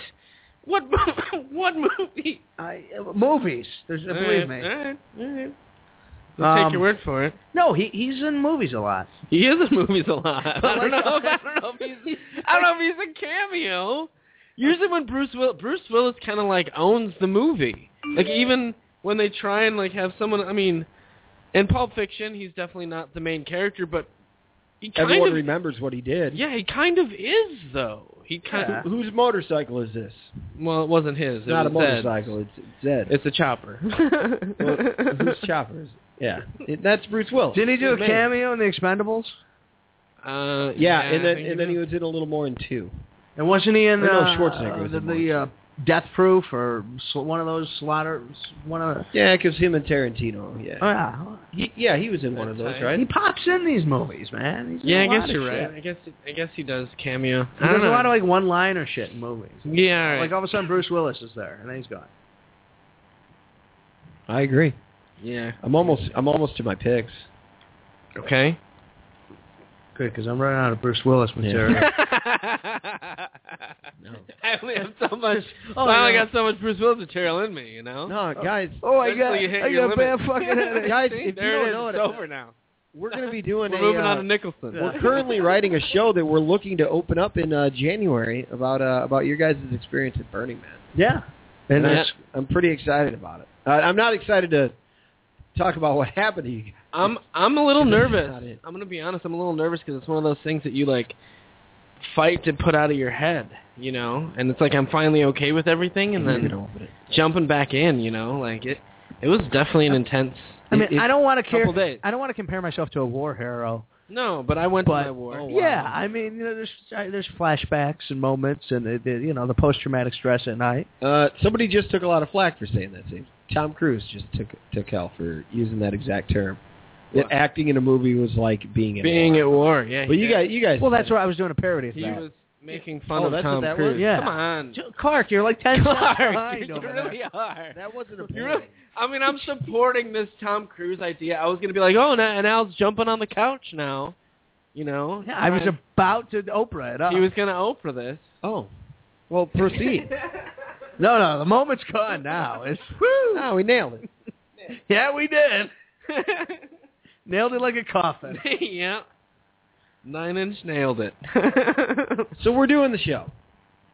D: What? mo- what movie?
C: I, uh, movies. There's,
D: Eh,
C: uh, believe me.
D: All right, all right. I'll
C: Um,
D: take your word for it.
C: No, he he's in movies a lot.
D: He is in movies a lot. I
C: But
D: don't
C: like-
D: know. I don't know if he's. I don't know if he's a cameo. Usually, when Bruce Will Bruce Willis kind of like owns the movie. Like even when they try and like have someone. I mean, in Pulp Fiction, he's definitely not the main character, but he kind
B: Everyone
D: of.
B: remembers what he did.
D: yeah, he kind of is though. He kind
C: Yeah.
D: of.
B: Whose motorcycle is this?
D: Well, it wasn't his.
B: It's
D: It
B: not a
D: was Zed's.
B: motorcycle. It's, it's Zed.
D: It's a chopper.
B: Well, whose chopper is it? Yeah. It- that's Bruce Willis.
C: Didn't he do a
B: Amazing.
C: cameo in The Expendables?
D: Uh,
B: Yeah,
D: I
B: and then
D: think
B: and then he
D: did.
B: was in a little more in two.
C: And wasn't he in
B: Or no,
C: uh,
B: Schwarzenegger was
C: the,
B: in
C: the uh, Death Proof or sl- one of those slaughter? One of the,
B: Yeah, because him and Tarantino. Yeah.
C: oh, yeah.
B: He- yeah, he was in one of those,
D: That's
C: He
B: right?
C: pops in these movies, man. He's in
D: Yeah,
C: a
D: I
C: lot
D: guess
C: of
D: you're right.
C: shit.
D: I guess I guess he does cameo.
C: He does a lot of like one-liner shit in movies.
D: yeah, all right.
C: Like all of a sudden, Bruce Willis is there, and then he's gone.
B: I agree.
D: yeah.
B: I'm almost I'm almost to my picks.
D: Okay.
C: Good, because I'm running out of Bruce Willis material.
D: I only have so much.
C: Oh,
D: I only
C: yeah.
D: got so much Bruce Willis material in me, you know.
B: No, guys,
C: oh, I
D: Eventually
C: got,
D: you hit
C: I
D: your
C: got
D: limit.
C: bad fucking headache.
B: Guys,
D: See,
B: if you
D: there
B: don't
D: it is.
B: know it-
D: it's over now.
B: we're going to be doing
D: We're
B: a
D: moving
B: uh,
D: on to Nicholson.
B: We're currently writing a show that we're looking to open up in uh, January about uh, about your guys' experience at Burning Man.
C: Yeah.
B: And
D: Yeah.
B: that's- I'm pretty excited about it. Uh, I'm not excited to talk about what happened to you. guys.
D: I'm I'm a little
B: That's
D: nervous.
B: not it.
D: I'm gonna be honest. I'm a little nervous because it's one of those things that you like fight to put out of your head, you know. And it's like I'm finally okay with everything, and then jumping back in, you know. Like it, it was definitely an intense.
C: I mean,
D: it-
C: I don't want to care.
D: couple days.
C: I don't want to compare myself to a war hero,
D: No, but oh, I went
C: but
D: to my war.
C: yeah, I mean, you know, there's I- there's flashbacks and moments, and it, it- you know, the post traumatic stress at night.
B: Uh, somebody just took a lot of flack for saying that. Same. Tom Cruise just took took hell for using that exact term. That
D: What?
B: acting in a movie was like being in
D: Being
B: a
D: at war, yeah.
B: But
D: he
B: you
D: did.
B: guys, you guys.
C: Well, that's what I was doing a parody of
D: He
C: that.
D: was making fun
B: Oh,
D: of
B: that's what
D: Tom
B: that was?
D: Cruise.
C: Yeah.
D: Come on.
C: J- Clark, you're like ten
D: Clark,
C: steps behind
D: you
C: over there.
D: really are.
B: that wasn't a
D: You really, I mean, I'm supporting this Tom Cruise idea. I was gonna be like, oh, and, and Al's jumping on the couch now, you know.
C: Yeah, I was
D: Trying-
C: about to Oprah it up.
D: He was gonna Oprah this.
B: Oh, well, proceed.
C: no, no, the moment's gone now. It's woo.
B: no, Ah, we nailed it.
C: Yeah, we did. Nailed it like a coffin.
D: yeah. Nine Inch nailed it.
B: So we're doing the show.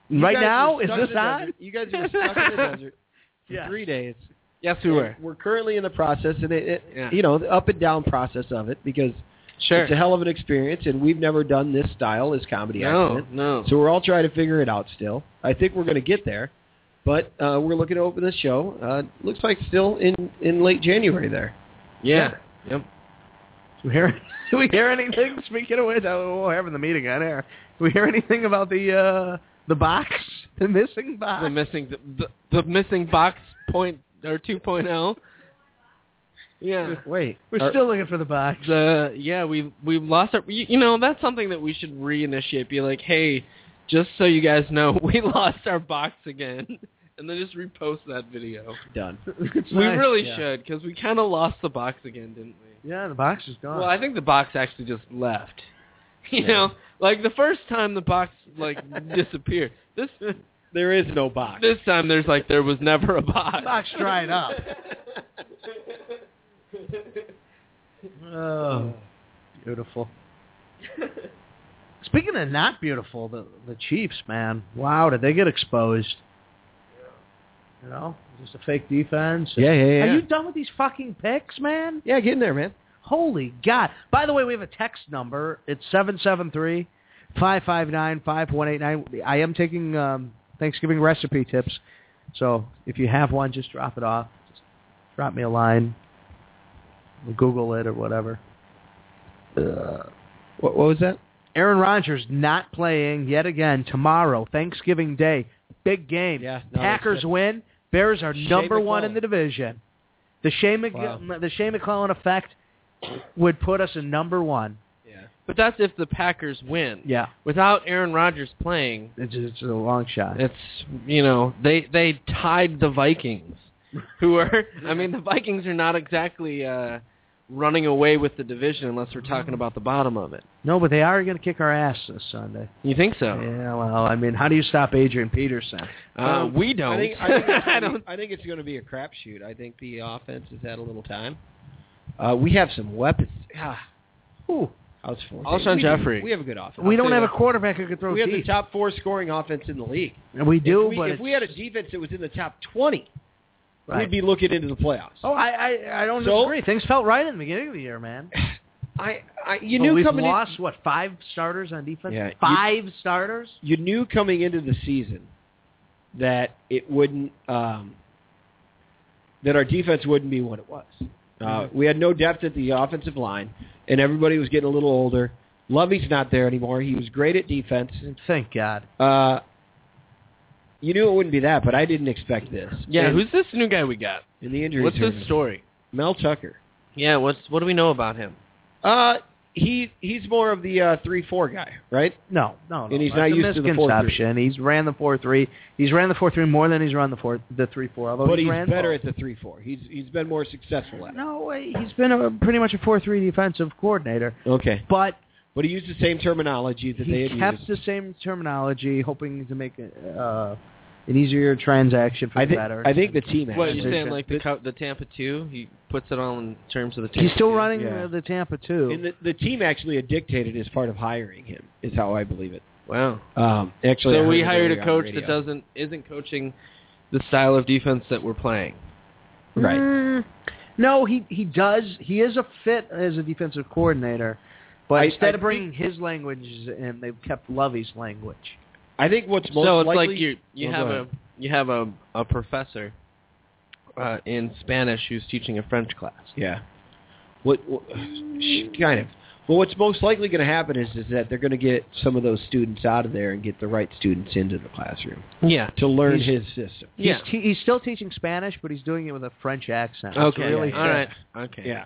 B: You
C: right
B: guys
C: now,
B: were
C: is
B: stuck in
C: this
B: the
C: on?
B: desert. You guys are stuck in the desert for
C: Yeah.
B: three days.
D: yes, we were.
B: We're currently in the process, and it, it
D: Yeah.
B: you know, the up and down process of it because
D: Sure.
B: it's a hell of an experience, and we've never done this style as comedy
D: no,
B: accident.
D: no.
B: So we're all trying to figure it out still. I think we're going to get there, but uh, we're looking to open the show. Uh, looks like still in in late January there.
D: yeah. Yep.
C: Do we hear, do we hear anything? Speaking of which, I- we'll have in the meeting on air. Do we hear anything about the uh, the box, the missing box?
D: the missing the, the, the missing box point or 2.0. Yeah.
B: Wait,
C: We're
B: Are-
C: still looking for the box.
D: The yeah, we we lost our you, you know, that's something that we should reinitiate be like, "Hey, just so you guys know, we lost our box again." and then just repost that video.
B: Done.
D: we
C: nice,
D: really
C: yeah.
D: should because we kind of lost the box again, didn't we?
C: Yeah, the box is gone.
D: Well, I think the box actually just left. You know, like the first time the box like disappeared. This
B: There is no box.
D: this time there's like there was never a box.
C: box dried up. oh, beautiful. Speaking of not beautiful, the the Chiefs, man, wow, did they get exposed? You know, just a fake defense.
B: Yeah, yeah, yeah.
C: Are you done with these fucking picks, man?
B: yeah, get in there, man.
C: Holy God. By the way, we have a text number. It's 773-559-5189. I am taking um, Thanksgiving recipe tips. So if you have one, just drop it off. Just drop me a line. We'll Google it or whatever. Uh,
B: What, what was that?
C: Aaron Rodgers not playing yet again tomorrow, Thanksgiving Day. Big game.
B: Yeah, no,
C: Packers
B: that's it.
C: win. Bears are
B: Shea
C: number one
B: McClellan.
C: in the division. The Shea, Mc-
B: Wow.
C: the Shea McClellan effect would put us in number one.
D: Yeah. But that's if the Packers win.
C: Yeah,
D: Without Aaron Rodgers playing,
C: it's, it's a long shot.
D: it's you know they they tied the Vikings, who are I mean the Vikings are not exactly uh running away with the division unless we're talking about the bottom of it.
C: No, but they are going to kick our ass this Sunday.
D: You think
B: Oh.
D: so?
C: Yeah, well, I mean, how do you stop Adrian Peterson?
D: Uh, we don't.
B: Um, I think, I think, it's,
D: I
B: gonna
D: don't
B: be- I think it's going to be a crapshoot. I think the offense has had a little time. Uh, we have some weapons. Ah,
C: Ooh,
B: how's Forte? we
D: Alshon
B: do.
D: Jeffrey.
B: We have a good offense.
C: we don't
D: tell
C: have
D: you
C: a quarterback who can throw
B: we have the
C: deep.
B: top four scoring offense in the league.
C: we do,
B: if we,
C: but
B: if
C: it's-
B: we had a defense that was in the top twenty,
C: right.
B: we'd be looking into the playoffs.
C: Oh, I, I, I don't
B: So-
C: disagree. Things felt right in the beginning of the year, man.
B: I, I you
C: But
B: knew
C: we've
B: coming in-
C: lost what five starters on defense?
B: Yeah, you-
C: five starters.
B: you knew coming into the season that it wouldn't um, that our defense wouldn't be what it was. Uh, we had no depth at the offensive line, and everybody was getting a little older. Lovey's not there anymore. He was great at defense.
C: Thank God.
B: Uh, you knew it wouldn't be that, but I didn't expect this.
D: Yeah,
B: And-
D: who's this new guy we got?
B: in the injury?
D: What's his
B: tournament.
D: story?
B: Mel Tucker.
D: Yeah, what's what do we know about him?
B: Uh, he he's more of the uh, three four guy, right?
C: No, no, no.
B: And he's
C: That's
B: not
C: a
B: used to the 4-3.
C: misconception. He's ran the four three. He's ran the four three more than he's run the four the three four. Although
B: but
C: he's
B: he's
C: ran
B: better
C: both.
B: at the three four. He's he's been more successful at it.
C: No way. He's been a, pretty much a four three defensive coordinator,
B: Okay,
C: but
B: but he used the same terminology that they
C: he
B: had used.
C: kept the same terminology, hoping to make uh, an easier transaction for
B: I
C: the
B: think
C: better.
B: I think the team.
D: What
B: actually-
D: you saying? Like the co- the Tampa two? He puts it all in terms of the. Tampa
C: he's still
D: two.
C: running
B: Yeah.
C: uh, the Tampa too.
B: And the, the team actually had dictated as part of hiring him is how I believe it.
D: Wow.
B: Um, actually, I
D: so
B: heard
D: we
B: it
D: hired
B: earlier
D: a
B: on
D: coach
B: the
D: that
B: radio.
D: doesn't isn't coaching the style of defense that we're playing.
B: right.
C: Mm, no, he he does. He is a fit as a defensive coordinator, but
B: I-
C: instead
B: I
C: of bringing his language in, they've kept Lovey's language.
B: I think what's most
D: so it's
B: likely
D: like you you
B: Well,
D: have
B: go
D: a you have a a professor uh, in Spanish who's teaching a French class.
B: yeah. What, what sh- kind of? Well, what's most likely going to happen is is that they're going to get some of those students out of there and get the right students into the classroom
D: Yeah.
B: to learn
C: He's-
B: his system.
C: He's,
D: Yeah.
C: te- he's still teaching Spanish, but he's doing it with a French accent. It's
D: Okay.
C: really
D: All
C: sick.
D: right. Okay.
B: Yeah.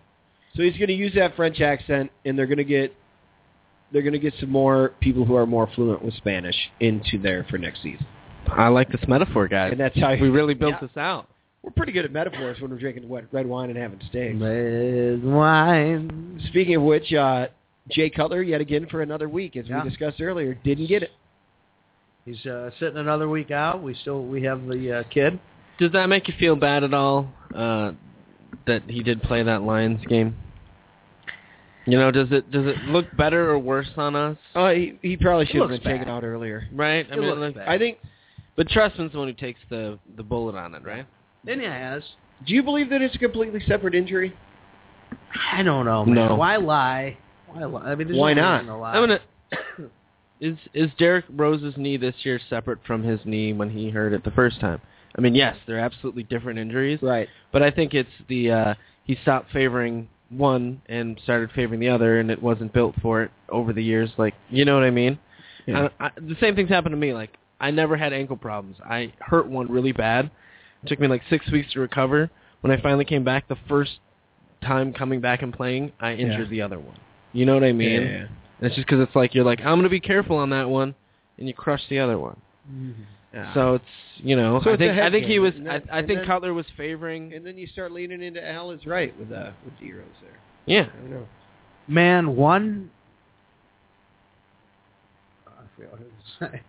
B: So he's going to use that French accent, and they're going to get they're going to get some more people who are more fluent with Spanish into there for next season.
D: I like this metaphor, guys.
B: And that's how
D: We really built
B: Yeah.
D: this out.
B: We're pretty good at metaphors when we're drinking wet, red wine and having steaks.
C: Red wine.
B: Speaking of which, uh, Jay Cutler yet again for another week, as
C: Yeah.
B: we discussed earlier, didn't get it.
C: He's uh, sitting another week out. We still we have the uh, kid.
D: Does that make you feel bad at all uh, that he did play that Lions game? You know, does it does it look better or worse on us?
B: Uh, he, he probably should have
C: looks
B: been taken
C: bad.
B: out earlier.
D: Right.
C: It looks bad.
B: I think.
D: But Trustman's the one who takes the the bullet on it, right?
C: Then he has.
B: Do you believe that it's a completely separate injury?
C: I don't know. Man.
D: No.
C: Why lie? Why lie? I mean, there's
B: Why
C: no
B: not?
C: reason to lie.
D: I'm gonna. is is Derek Rose's knee this year separate from his knee when he hurt it the first time? I mean, yes, they're absolutely different injuries,
B: Right.
D: but I think it's the uh, he stopped favoring one and started favoring the other, and it wasn't built for it over the years. Like, you know what I mean?
B: Yeah.
D: I, I, the same thing's happened to me. Like, I never had ankle problems. I hurt one really bad. It took me like six weeks to recover. When I finally came back, the first time coming back and playing, I injured the other one. You know what I mean? And it's just because it's like you're like I'm gonna be careful on that one, and you crush the other one.
C: Mhm. Yeah.
D: So it's you know
B: Ah. So
D: I
B: it's a
D: think
B: head
D: I think he
B: game,
D: was
B: and
D: I,
B: that-
D: I
B: and
D: think
B: that-
D: Cutler was favoring
B: And then you start leaning into Al is right with uh with the Euros there.
D: yeah
B: I don't know.
C: Man, one. I forgot what I was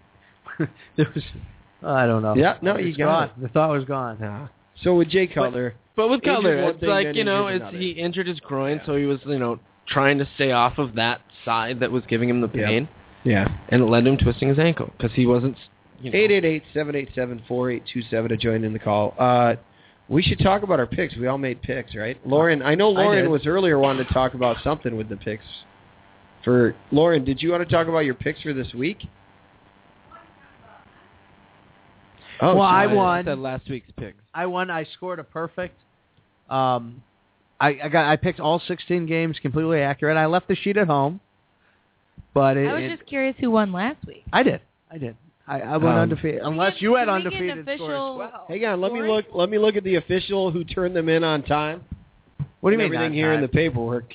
C: saying. there was. I don't know.
B: Yeah, no,
C: It's
B: you got
C: gone. The thought was gone.
B: So with Jay Cutler,
D: But with
B: Injured
D: Cutler,
B: one
D: it's
B: thing,
D: like
B: then
D: you know,
B: injured
D: it's
B: another.
D: he injured his groin,
B: Yeah.
D: so he was you know trying to stay off of that side that was giving him the
B: Yeah.
D: pain,
B: yeah.
D: and it led him twisting his ankle because he wasn't. You know,
B: 888-787-4827 to join in the call. Uh, we should talk about our picks. We all made picks, right? Lauren, I know
D: I
B: Lauren
D: did.
B: was earlier wanting to talk about something with the picks. For Lauren, did you want to talk about your picks for this week? Oh,
C: Well, I
D: said-
C: won.
D: said last week's picks.
C: I won. I scored a perfect. Um, I, I got. I picked all 16 games completely accurate. I left the sheet at home, but it.
E: I was
C: it-
E: just curious who won last week.
C: I did. I did. I, I went
D: Um,
C: undefeated. Unless you had undefeated scores.
B: hang on. Let me look. Let me look at the official who turned them in on time.
C: What do you
B: and
C: mean?
B: Everything
C: not
B: here in
C: tied?
B: the paperwork.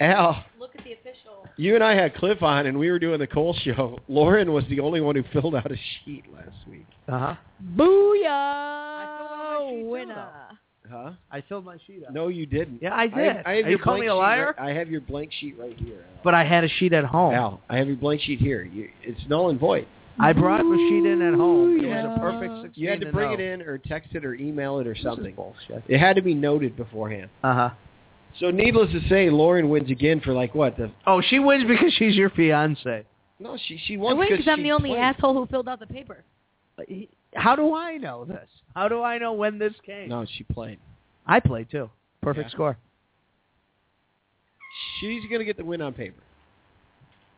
B: Al.
E: Look at the official.
B: You and I had Cliff on, and we were doing the Cole show. Lauren was the only one who filled out a sheet last week.
C: Uh-huh. feel like I should
E: Booyah!
C: too,
E: Winner.
B: Huh?
C: I filled my sheet up.
B: No, you didn't.
C: Yeah, I did.
B: I have, I have
C: Are
B: your
C: you calling
B: blank
C: me a
B: sheet
C: liar?
B: right- I have your blank sheet right here. Al.
C: But I had a sheet at home.
B: Al, I have your blank sheet here. You, it's null and void.
C: I brought the sheet in at home. It
E: Yeah.
C: was a perfect 16.
B: You had to
C: and oh.
B: bring it
C: 0.
B: in, or text it, or email it, or
C: This
B: something.
C: is bullshit.
B: It had to be noted beforehand.
C: Uh huh.
B: So, needless to say, Lauren wins again for like what? The
C: Oh, she wins because she's your fiance.
B: no, she she
E: I
B: won
E: win because I'm
B: she
E: the only
B: played.
E: asshole who filled out the paper.
C: How do I know this? How do I know when this came?
B: No, she played.
C: I played too. Perfect
B: Yeah.
C: score.
B: She's gonna get the win on paper.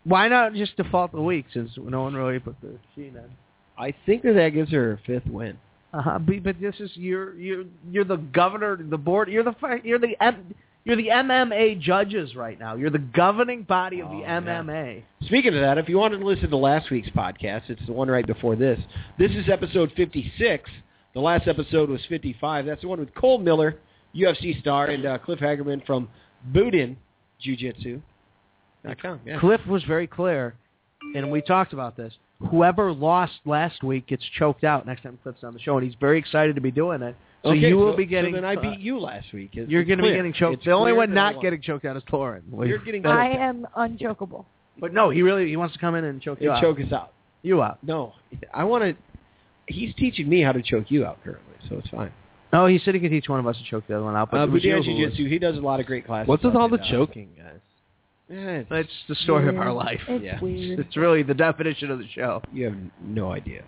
C: Why not just default the week since no one really put the sheet in?
B: I think that that gives her her fifth win.
C: Uh
B: Uh-huh.
C: huh. But, but this is you're you're you're the governor, the board. You're the fi- you're the M, you're the MMA judges right now. You're the governing body of
B: Oh,
C: the
B: yeah.
C: MMA.
B: Speaking of that, if you wanted to listen to last week's podcast, it's the one right before this. This is episode 56. The last episode was 55. That's the one with Cole Miller, UFC star, and uh, Cliff Hagerman from Budin Jiu-Jitsu. com. Yeah.
C: Cliff was very clear, and we talked about this. Whoever lost last week gets choked out next time Cliff's on the show, and he's very excited to be doing it. So
B: Okay,
C: you will
B: so-
C: be getting.
B: So then I
C: uh,
B: beat you last week. It's-
C: you're
B: it's
C: going to be
B: clear.
C: getting choked.
B: It's
C: the only
B: clear
C: one
B: that I
C: not
B: won.
C: getting choked out is Lauren.
B: You're getting choked.
E: I
B: out.
E: am unchokeable.
C: But no, he really he wants to come in and choke you
B: And
C: out.
B: choke us out.
C: you out.
B: No, I want to. He's teaching me how to choke you out currently, so it's fine.
C: No, he said he could teach one of us to choke the other one out. But
B: Uh,
C: it was you
B: Budin
C: who was-
B: Jiu-Jitsu, he does a lot of great classes.
D: What's with
B: up
D: all
B: in,
D: the
B: uh,
D: choking, guys?
B: eh,
C: That's the story of our life.
E: It's
B: Yeah.
E: weird.
C: It's really the definition of the show.
B: You have no idea.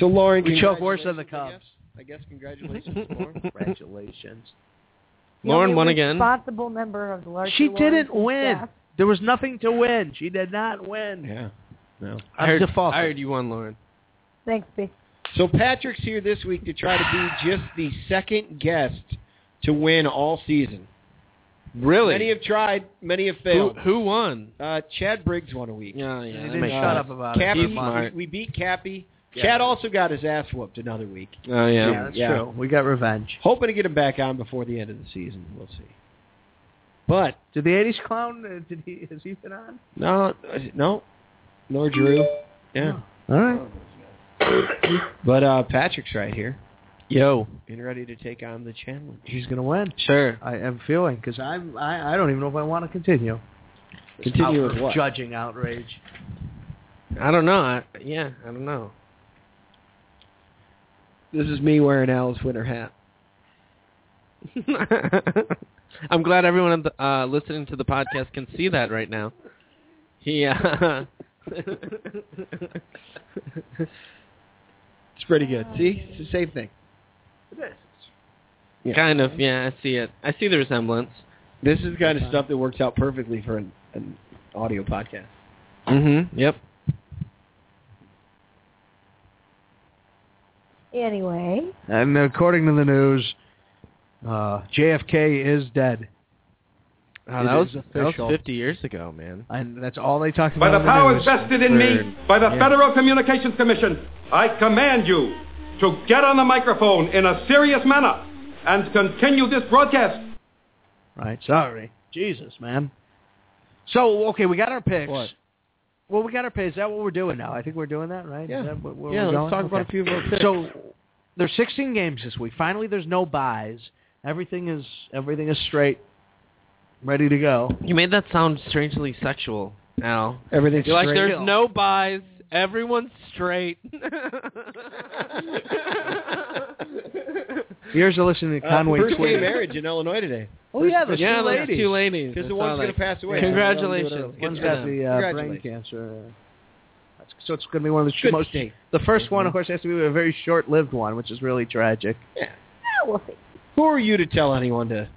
B: So Lauren,
C: We choke worse than the
B: congratulations, I guess, I guess congratulations, Lauren.
C: Congratulations.
E: The
D: Lauren
E: only
D: won again.
E: Responsible member of the large.
C: She didn't win. There was nothing to win. She did not win.
B: Yeah. No.
D: I heard,
C: defaulted.
D: I heard you won, Lauren.
E: Thanks, B.
B: So Patrick's here this week to try to be just the second guest to win all season.
D: Really?
B: Many have tried, many have
D: who,
B: failed.
D: who won?
B: Uh, Chad Briggs won a week.
D: Yeah, yeah.
C: They
D: that
C: didn't
D: makes
C: shut
D: sense.
C: up about it.
B: Cappy,
D: He's smart.
B: we, we beat Cappy.
D: Yeah.
B: Chad also got his ass whooped another week.
D: Oh yeah.
C: Yeah, that's
B: Yeah.
C: true. We got revenge.
B: Hoping to get him back on before the end of the season. We'll see. But
C: Did the '80s clown? Uh, did he? Has he been on?
B: no, no, nor Drew. Yeah.
C: All right.
B: But uh, Patrick's right here
D: Yo.
B: and ready to take on the challenge.
C: He's gonna win.
D: Sure.
C: I am feeling because I'm. I, I don't even know if I want to continue.
B: Continue
C: Out-
B: with what?
C: Judging outrage.
D: I don't know. I, yeah, I don't know.
B: This is me wearing Al's winter hat.
D: I'm glad everyone on the, uh, listening to the podcast can see that right now. Yeah.
B: It's pretty good. See, it's the same thing. Yeah.
D: Kind of. Yeah, I see it. I see the resemblance.
B: This is the kind of stuff that works out perfectly for an, an audio podcast.
D: Mm-hmm. Yep.
E: Anyway,
C: And according to the news, uh, JFK is dead,
D: Uh,
C: It
D: that was
C: is
D: that was
C: official.
D: 50 years ago, man.
C: and that's all they talked
F: By
C: about.
F: the
C: in the
F: powers
C: news.
F: vested in me by the Federal Communications Commission, I command you to get on the microphone in a serious manner and continue this broadcast.
C: Right. Sorry. Jesus, man. So okay, we got our picks.
B: What?
C: Well, we got our pay. Is that what we're doing now? I think we're doing that, right? Is
D: Yeah.
C: that what- where
D: Yeah,
C: we're going?
D: let's talk about a few of our picks.
C: So there's 16 games this week. Finally, there's no buys. Everything is everything is straight, ready to go.
D: You made that sound strangely sexual, Al.
G: Everything's
D: You're like,
G: straight.
D: there's no buys. Everyone's straight.
C: Yours are listening
D: Uh,
C: to Conway
B: first gay
C: Twitty.
B: marriage in Illinois today.
C: Oh yeah, there's
D: yeah,
C: two
D: there's
C: ladies.
D: two ladies.
B: Because
D: I
B: the
D: saw
B: one's
D: that.
B: going to pass away.
D: Congratulations.
C: One's
D: Good for
C: got
D: them.
C: the uh, brain
B: Congratulations.
C: cancer. That's- So it's going to be one of the
B: Good
C: most.
B: state.
C: The first one, of course, has to be a very short-lived one, which is really tragic.
B: Who are you to tell anyone to? to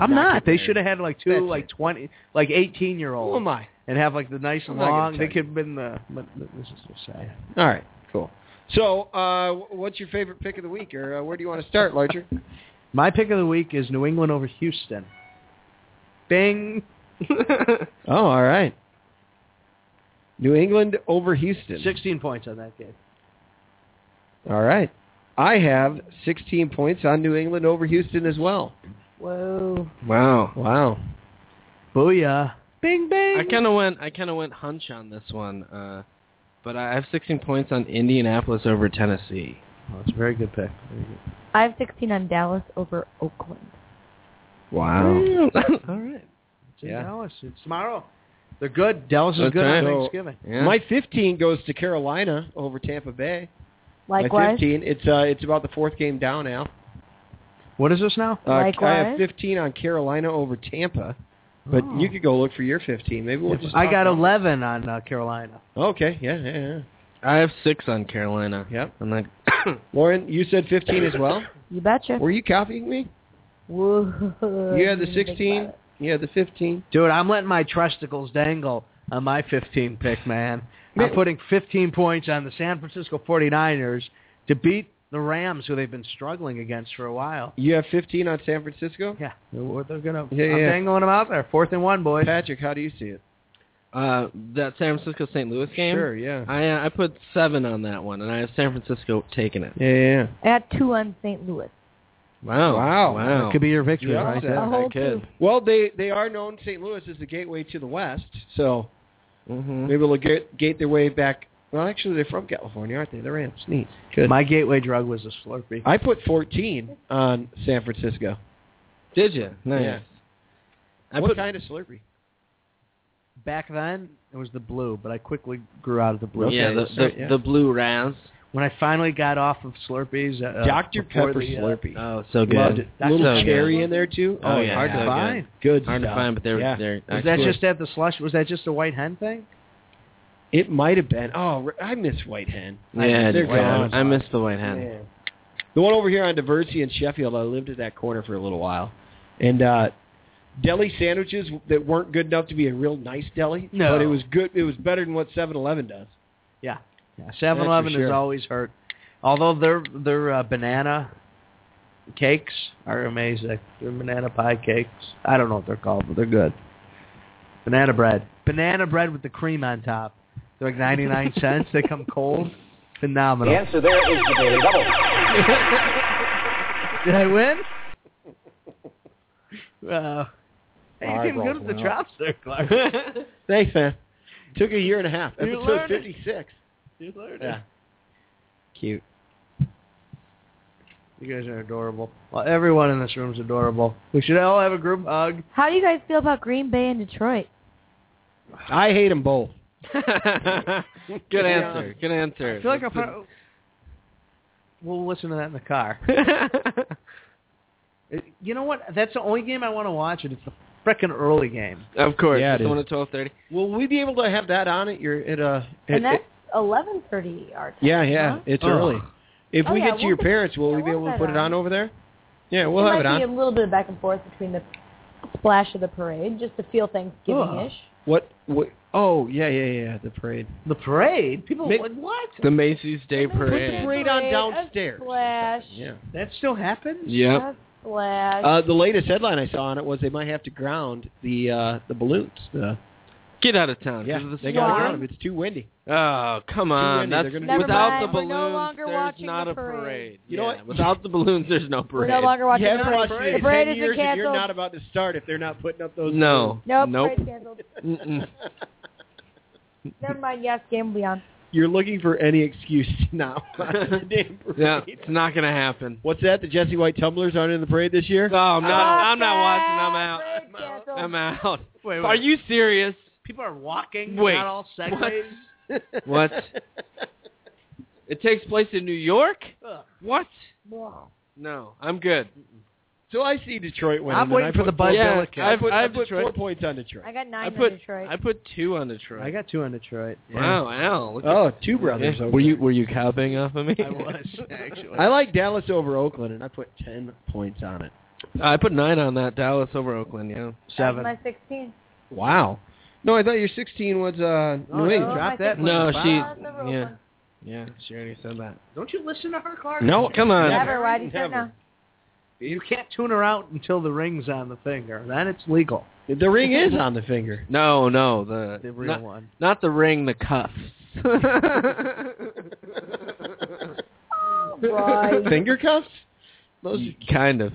C: I'm not.
B: get
C: They
B: married?
C: should have had like two,
B: That's
C: like
B: it. Oh
C: twenty, like eighteen-year-olds.
B: Who am I?
C: and have like the nice
B: I'm not gonna
C: long. They
B: tell you.
C: could have been the. But this is just sad.
B: All right, cool. So, uh, wh- what's your favorite pick of the week, or uh, where do you want to start, Larcher?
C: My pick of the week is New England over Houston. Bing.
B: oh, all right. New England over Houston.
C: Sixteen points on that game.
B: All right. I have 16 points on New England over Houston as well.
C: Whoa.
D: Wow.
B: Wow.
C: Booyah. Bing bing.
D: I kind of went. I kind of went hunch on this one, uh, but I have 16 points on Indianapolis over Tennessee.
C: Oh, it's a very good pick. Very good.
E: I have 16 on Dallas over Oakland.
D: Wow.
C: All right. It's in
B: Yeah.
C: Dallas. It's tomorrow. They're good. Dallas is
D: That's
C: good
D: right.
C: on
B: So-
C: Thanksgiving.
D: Yeah.
B: My 15 goes to Carolina over Tampa Bay. My
E: Likewise,
B: 15. It's uh, it's about the fourth game down, Al.
C: What is this now?
B: Uh, I have
E: Likewise.
B: 15 on Carolina over Tampa, but you could go look for your 15. Maybe we'll just.
C: I
B: talk
C: got
B: about-
C: eleven on uh, Carolina.
B: Okay. Yeah. Yeah. yeah.
D: I have six on Carolina.
B: Yep.
D: I'm like,
B: Lauren, you said 15 as well.
E: you betcha.
B: Were you copying me?
D: Uh,
E: Woo.
B: You had the
E: Think
B: 16.
E: about it.
B: You had the 15.
C: Dude, I'm letting my testicles dangle on my 15 pick, man. I'm putting 15 points on the San Francisco 49ers to beat the Rams, who they've been struggling against for a while.
B: You have 15 on San Francisco.
C: Yeah, they're they're gonna.
B: Yeah,
C: I'm
B: yeah.
C: dangling them out there, fourth and one, boys.
B: Patrick, how do you see it?
D: uh, that San Francisco St. Louis game.
B: Sure. Yeah.
D: I uh, I put seven on that one, and I have San Francisco taking it.
B: Yeah. Yeah.
E: I had two on St. Louis.
D: Wow.
B: Wow.
D: Wow.
C: That could be your victory
B: Yeah.
C: right
E: A
C: there.
E: whole
D: could.
E: two.
B: Well, they they are known St. Louis is the gateway to the West, so
D: Mhm.
B: maybe they'll get, gate their way back. Well, actually, they're from California, aren't they? The Rams. Neat. Good.
C: My gateway drug was a Slurpee.
B: I put 14 on San Francisco.
D: Did you? Nice.
B: Yeah.
D: I
B: what
D: put
B: kind of Slurpee?
C: Back then, it was the blue, but I quickly grew out of the blue.
D: yeah, the
B: that's
D: the,
B: right, yeah.
D: the blue rounds.
C: When I finally got off of Slurpees, uh,
B: Dr.
C: before
B: Pepper
C: the, uh,
B: Slurpee.
D: Oh, so good.
B: Loved it.
C: That's
B: little
D: so
B: cherry
D: good.
B: in there too.
D: Oh, yeah,
B: hard
D: yeah,
B: to
D: good.
B: find. Good.
D: Hard to
B: stuff.
D: find, but they're
B: Yeah.
D: they're.
C: was that
D: excellent.
C: just at the slush? Was that just the white hen thing?
B: It might have been. Oh, I miss White Hen. they're
D: Yeah, dude, I,
B: gone.
D: I miss the white hat.
B: Man. The one over here on Diversity in Sheffield, I lived at that corner for a little while. And uh deli sandwiches that weren't good enough to be a real nice deli,
C: No.
B: but it was good it was better than what 7-Eleven does.
C: Yeah, 7-Eleven
B: sure.
C: has always hurt. Although their their uh, banana cakes are amazing. Their banana pie cakes. I don't know what they're called, but they're good. Banana bread. Banana bread with the cream on top. They're like 99 cents. They come cold. Phenomenal. The answer there is the Daily Double. Did I win? Uh, hey, you came good with the drops there, Clark.
B: Thanks, man. Took a year and a half.
C: You
B: Episode
C: learned it.
B: 56.
C: You learned
B: Yeah. Cute.
C: You guys are adorable. Well, everyone in this room is adorable. We should all have a group hug.
E: How do you guys feel about Green Bay and Detroit?
B: I hate them both.
D: good answer. Good answer.
C: I feel like I probably... We'll listen to that in the car. It- you know what? That's the only game I want to watch, and it's the frickin' early game.
D: of course.
B: Yeah, it
D: it's the
B: is.
D: one at 12:30.
B: Will we be able to have that on at your at uh at,
E: And that's 11:30 our time.
B: Yeah, yeah.
E: huh?
B: It's
C: Ugh.
B: early. If
E: Oh,
B: we
E: yeah,
B: get to
E: we'll
B: your
E: put-
B: parents, will
E: yeah,
B: we be
E: we'll
B: able to
E: put
B: put
E: it
B: it on
E: on.
B: over there? Yeah, we'll
E: it
B: have
E: might
B: it on.
E: be a little bit of back and forth between the splash of the parade, just to feel Thanksgiving-ish.
B: What? What? Oh, yeah, yeah, yeah. The parade.
C: The parade? People
B: Make-
C: like, what?
D: The Macy's Day
E: Put the
B: Put
D: Parade.
B: the parade on
E: Parade, a
B: downstairs.
E: splash.
B: Yeah.
C: That still happens?
D: Yep.
E: A splash.
B: Uh, the latest headline I saw on it was they might have to ground the uh, the balloons. The,
D: Get out of town. 'cause
B: yeah,
D: of the
B: they got to
E: Why?
D: storm.
B: ground them. It's too windy.
D: Oh, come on.
B: windy.
D: That's,
B: They're gonna
E: do Never
D: without the
E: mind. We're
D: balloons,
E: no longer
D: there's
E: watching
D: not
E: the
D: a
E: parade.
D: parade.
B: You know
D: Yeah,
B: what?
D: Without the balloons, there's no
E: We're
D: parade.
E: no longer watching
B: you
E: the
B: haven't
E: parade.
B: watched it in
E: The parade
B: 10
E: isn't
B: years, and you're
E: canceled.
B: not about to start if they're not putting up those.
D: no.
E: Nope,
D: Nope.
E: parade's canceled.
D: Mm-mm.
E: Never mind. Yes, game will be on.
B: You're looking for any excuse to not watch the damn parade.
D: Yeah, it's not going to happen.
B: What's that? The Jesse White tumblers aren't in the parade this year?
D: No, I'm not.
E: Oh,
D: I'm not watching.
E: Parade canceled.
D: I'm out. I'm out.
C: Wait, wait.
D: Are you serious?
C: People are walking.
D: Wait,
C: Not all segways.
D: what? What? It takes place in New York.
C: Ugh.
D: What?
E: Wow.
D: No, I'm good.
B: So I see Detroit winning.
C: I'm waiting
B: and I
C: for
B: put
C: the Bud
D: yeah,
C: Billick.
B: I put, I
D: I've-
B: put
D: Detroit.
B: four points on Detroit.
E: I got
D: I
E: nine
D: put
E: on Detroit.
D: I put two on Detroit.
B: I got two on Detroit. yeah.
D: Wow, wow. Look
B: Oh,
D: at-
B: two brothers.
D: Yeah.
B: over
D: Were you were you copying off of me?
C: I was actually.
B: I like Dallas over Oakland, and I put ten points on it.
D: I put nine on that Dallas over Oakland. Yeah.
E: That was my 16.
B: Wow. No, I thought your 16 was uh,
C: Oh,
B: New
C: no.
B: England.
C: drop
E: my
C: that
E: 16.
D: No,
C: Wow.
D: she.
E: Oh, that's the real
D: Yeah,
E: one.
D: yeah. She already said that.
C: Don't you listen to her, Clark?
D: No, come on.
E: Never. Why do you say no?
C: You can't tune her out until the ring's on the finger. Then it's legal.
B: The ring is on the finger.
D: No, no. The,
C: The real
D: not,
C: one.
D: not the ring, the cuffs.
E: Right.
B: Finger cuffs? Those are
D: kind of.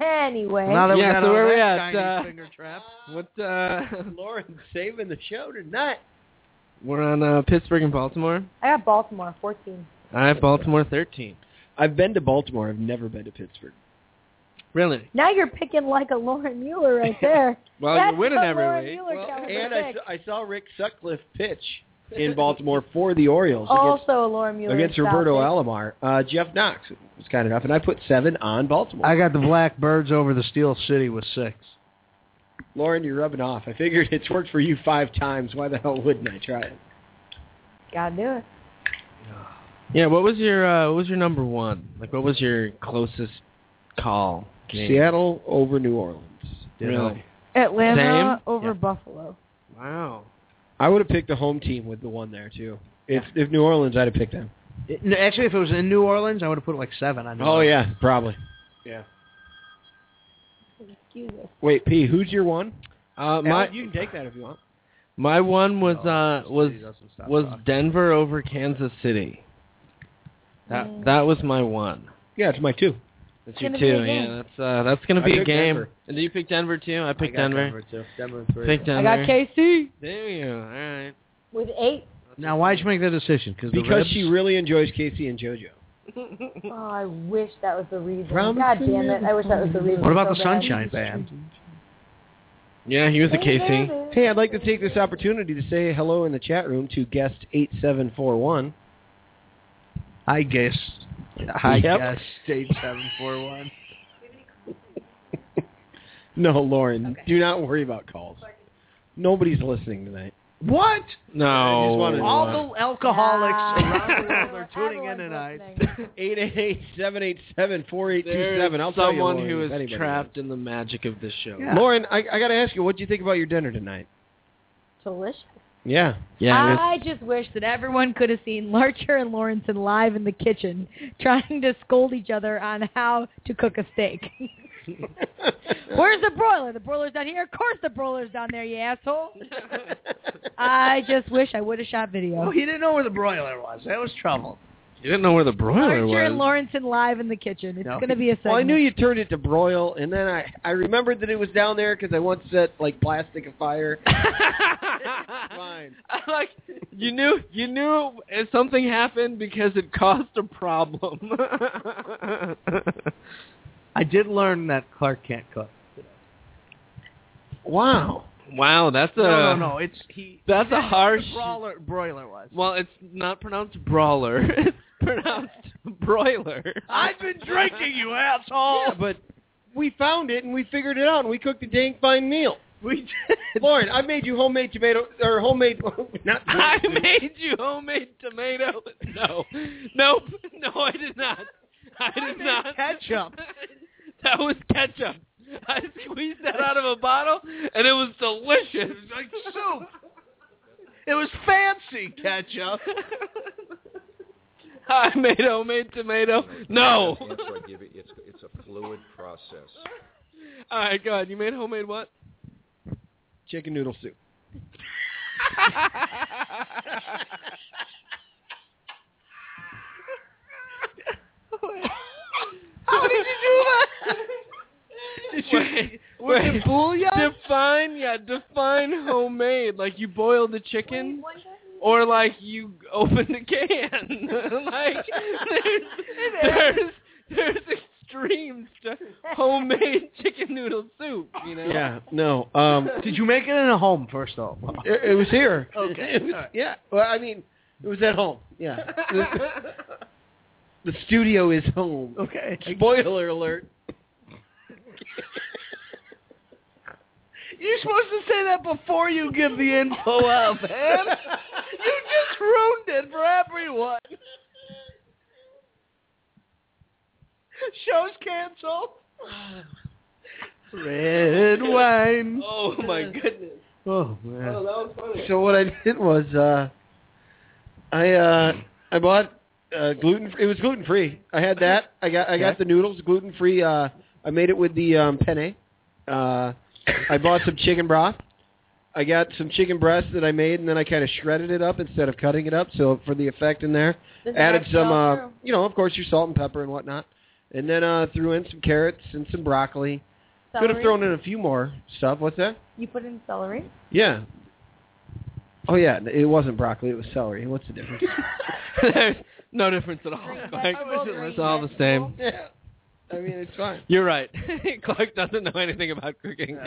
E: Anyway.
C: Now that
D: Yeah,
C: we got
D: so
C: all
D: where we
C: that
D: at?
C: Chinese
D: Uh,
C: finger trap.
D: what? Uh,
B: Lauren saving the show tonight.
D: we're on uh, Pittsburgh and Baltimore.
E: I got Baltimore 14.
D: I have Baltimore thirteen.
B: I've been to Baltimore. I've never been to Pittsburgh.
D: Really?
E: Now you're picking like a Lauren Mueller right there.
D: Well,
E: That's
D: you're winning
E: the
D: every
E: Lauren
D: week.
E: Mueller caliber
B: and I,
E: pick.
B: I saw Rick Sutcliffe pitch in Baltimore for the Orioles against,
E: also a Lauren Mueller
B: against
E: stop
B: Roberto
E: pick.
B: Alomar. Uh, Jeff Knox was kind enough, and I put seven on Baltimore.
C: I got the Blackbirds over the Steel City with six.
B: Lauren, you're rubbing off. I figured it's worked for you five times. Why the hell wouldn't I try it?
E: Gotta do it.
D: Yeah. What was your uh, What was your number one? Like, what was your closest call? game?
B: Seattle over New Orleans.
D: Really?
E: Atlanta
D: Same?
E: over
D: Yeah.
E: Buffalo.
D: Wow.
B: I would have picked the home team with the one there too. If if New Orleans, I'd have picked them.
C: It- no, actually, if it was in New Orleans, I would have put like seven on. New
B: Oh
C: Orleans.
B: yeah, probably.
E: Excuse us.
B: Wait, P, who's your one?
D: Uh, my
B: you can take that if you want.
D: my one was
C: No,
D: uh,
C: Steel
D: was
C: City doesn't stop
D: was
C: talking.
D: Denver over Kansas City. That
E: Mm.
D: that was my one.
B: Yeah, it's my two.
D: That's
E: It's
D: your
E: gonna
D: two.
E: be a game.
D: Yeah, that's uh, that's gonna
B: I
D: be a
B: picked
D: game.
B: Denver.
D: And did you pick Denver too? I picked
B: I got
D: Denver.
B: too. Denver three.
D: Picked
E: I
D: Denver.
E: got KC
D: There you go. All right.
E: with eight.
C: Now, why'd you make that decision? Cause the
B: Because
C: ribs?
B: she really enjoys Casey and JoJo.
E: Oh, I wish that was the reason.
B: Promise
E: God
B: me
E: damn it. I wish that was the reason.
C: What about
E: so
C: the
E: bad.
C: Sunshine Band?
D: Yeah, he was a
E: Hey,
D: KC.
E: baby.
B: Hey, I'd like to take this opportunity to say hello in the chat room to guest eight seven four one.
C: I guess. I
B: Yep.
C: guess. State seven four one.
B: No, Lauren, do not worry about calls. Nobody's listening tonight.
C: What?
D: No.
B: I just wanted to
C: All
B: Wow.
C: the alcoholics around the world
E: Everyone-
C: are tuning in
E: everyone's
C: tonight.
E: listening.
B: 888-787-4827. I'll tell
D: There's
B: you,
D: someone
B: Lauren,
D: who
B: if
D: is
B: anybody
D: trapped in the magic of this show.
C: Yeah.
B: Lauren, I, I got to ask you, what do you think about your dinner tonight?
E: Delicious.
B: Yeah.
D: Yeah,
E: I just wish that everyone could have seen Larcher and Lawrenson live in the kitchen trying to scold each other on how to cook a steak. Where's the broiler? The broiler's down here. Of course the broiler's down there, you asshole. I just wish I would have shot
C: Oh,
E: video.
C: he didn't know where the broiler was. That was trouble.
D: you didn't know where the broiler
E: Larcher and
D: was.
E: Lawrenson live in the kitchen. It's
C: No.
E: going to be a segment.
B: Well, I knew you turned it to broil, and then I, I remembered that it was down there because I once set, like, plastic afire. Fine.
D: I like you knew you knew if something happened because it caused a problem.
C: I did learn that Clark can't cook.
B: Wow.
D: wow, that's a
C: no, no, no. It's he.
D: that's a
C: that's what
D: harsh-
C: The brawler, broiler was.
D: Well, it's not pronounced brawler. It's pronounced broiler.
C: I've been drinking, you asshole.
B: Yeah, but we found it, and we figured it out, and we cooked a dang fine meal.
C: we did.
B: Lauren, I made you homemade tomato, or homemade, not
D: I made you homemade tomato. No, nope, no, I did not. I did
C: made
D: not.
C: ketchup.
D: that was ketchup. I squeezed that out of a bottle, and it was delicious.
C: like soup. It was fancy ketchup.
D: I made homemade tomato. No.
F: That's why I give it. It's it's a fluid process.
D: All right, go ahead. You made homemade what?
B: chicken noodle soup.
C: How did you do that? Did you,
D: Wait, Wait.
C: Was it bouillon?
D: Define, yeah, define homemade. Like you boil the chicken, or like you open the can. like there's there's, there's extremes to homemade chicken noodle soup. You know.
B: Yeah, no. Um,
C: Did you make it in a home first though?
B: it, it was here.
C: Okay,
B: It was-
C: all right.
B: Yeah. Well, I mean, it was at home. Yeah. the, the studio is home.
C: Okay.
B: Spoiler alert.
C: You're supposed to say that before you give the info out, man. You just ruined it for everyone. Show's canceled. Red wine.
D: Oh my goodness.
C: Oh man.
D: that was funny.
B: So what I did was uh, I uh, I bought uh, gluten. It was gluten free. I had that. I got I got the noodles gluten free. Uh, I made it with the um, penne. Uh, I bought some chicken broth. I got some chicken breast that I made, and then I kind of shredded it up instead of cutting it up. So for the effect in there,
E: Does it
B: added
E: have
B: some,
E: salt
B: uh,
E: or-
B: you know, of course your salt and pepper and whatnot, and then uh, threw in some carrots and some broccoli. Could have
E: celery?
B: thrown in a few more stuff. What's that?
E: You put in celery.
B: Yeah. Oh yeah, it wasn't broccoli. It was celery. What's the difference?
D: There's no difference at all. Like, it's all the same.
B: yeah. I mean, it's fine.
D: You're right. Clark doesn't know anything about cooking.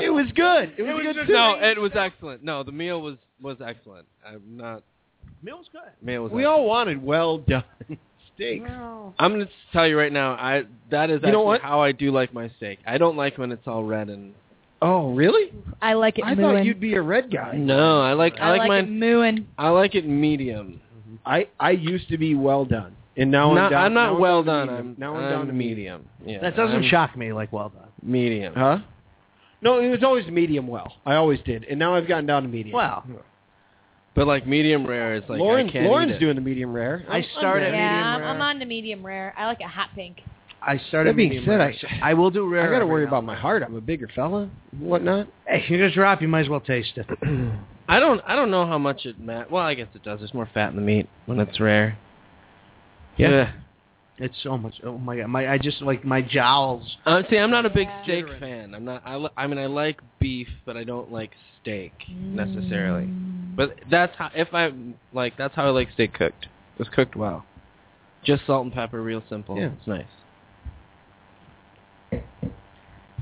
B: It was good. It was, good. soup.
D: no, it was excellent. No, the meal was was excellent. I'm not.
C: Meal's good.
D: Meal was.
B: we
D: excellent.
B: all wanted well done steaks.
D: I'm gonna tell you right now. I that is
B: You know what?
D: actually how I do like my steak. I don't like when it's all red and.
B: Oh, really?
E: I like it
B: I
E: mooing.
B: thought you'd be a red guy.
D: No, I like
E: I, like it
D: mine.
E: mooing.
D: I like it medium.
B: I I used to be well done, and now
D: Not-
B: I'm down.
D: I'm not
B: now
D: well
B: down to
D: done. I'm
B: medium. now
D: I'm
B: I'm down to medium.
D: medium. Yeah,
C: That doesn't
D: I'm
C: shock me like well done.
D: Medium.
B: Huh? No, it was always medium well. I always did, and now I've gotten down to medium.
C: Well,
D: But like medium rare is like
B: Lauren,
D: I can't
B: Lauren's
D: eat it.
B: doing the medium rare.
C: I started
E: Yeah,
C: medium
E: I'm,
C: rare.
E: I'm on to medium rare. I like it hot pink.
C: I started.
B: That being
C: medium
B: said,
C: rare.
B: I-
C: I will do
B: I
C: rare.
B: got to
C: every
B: worry
C: now
B: about
C: and
B: my
C: then.
B: heart. I'm a bigger fella, and whatnot.
C: Hey, you're gonna drop. You might as well taste it.
D: I don't. I don't know how much it mat. Well, I guess it does. There's more fat in the meat when it's rare.
C: Yeah. It's so much. Oh my god, my I just like my jowls.
D: Uh, see, I'm not a big
E: Yeah.
D: steak fan. I'm not. I, li- I mean, I like beef, but I don't like steak necessarily.
E: Mm.
D: But that's how. If I like, that's how I like steak cooked. It's cooked well. Just salt and pepper, real simple.
B: Yeah.
D: It's nice.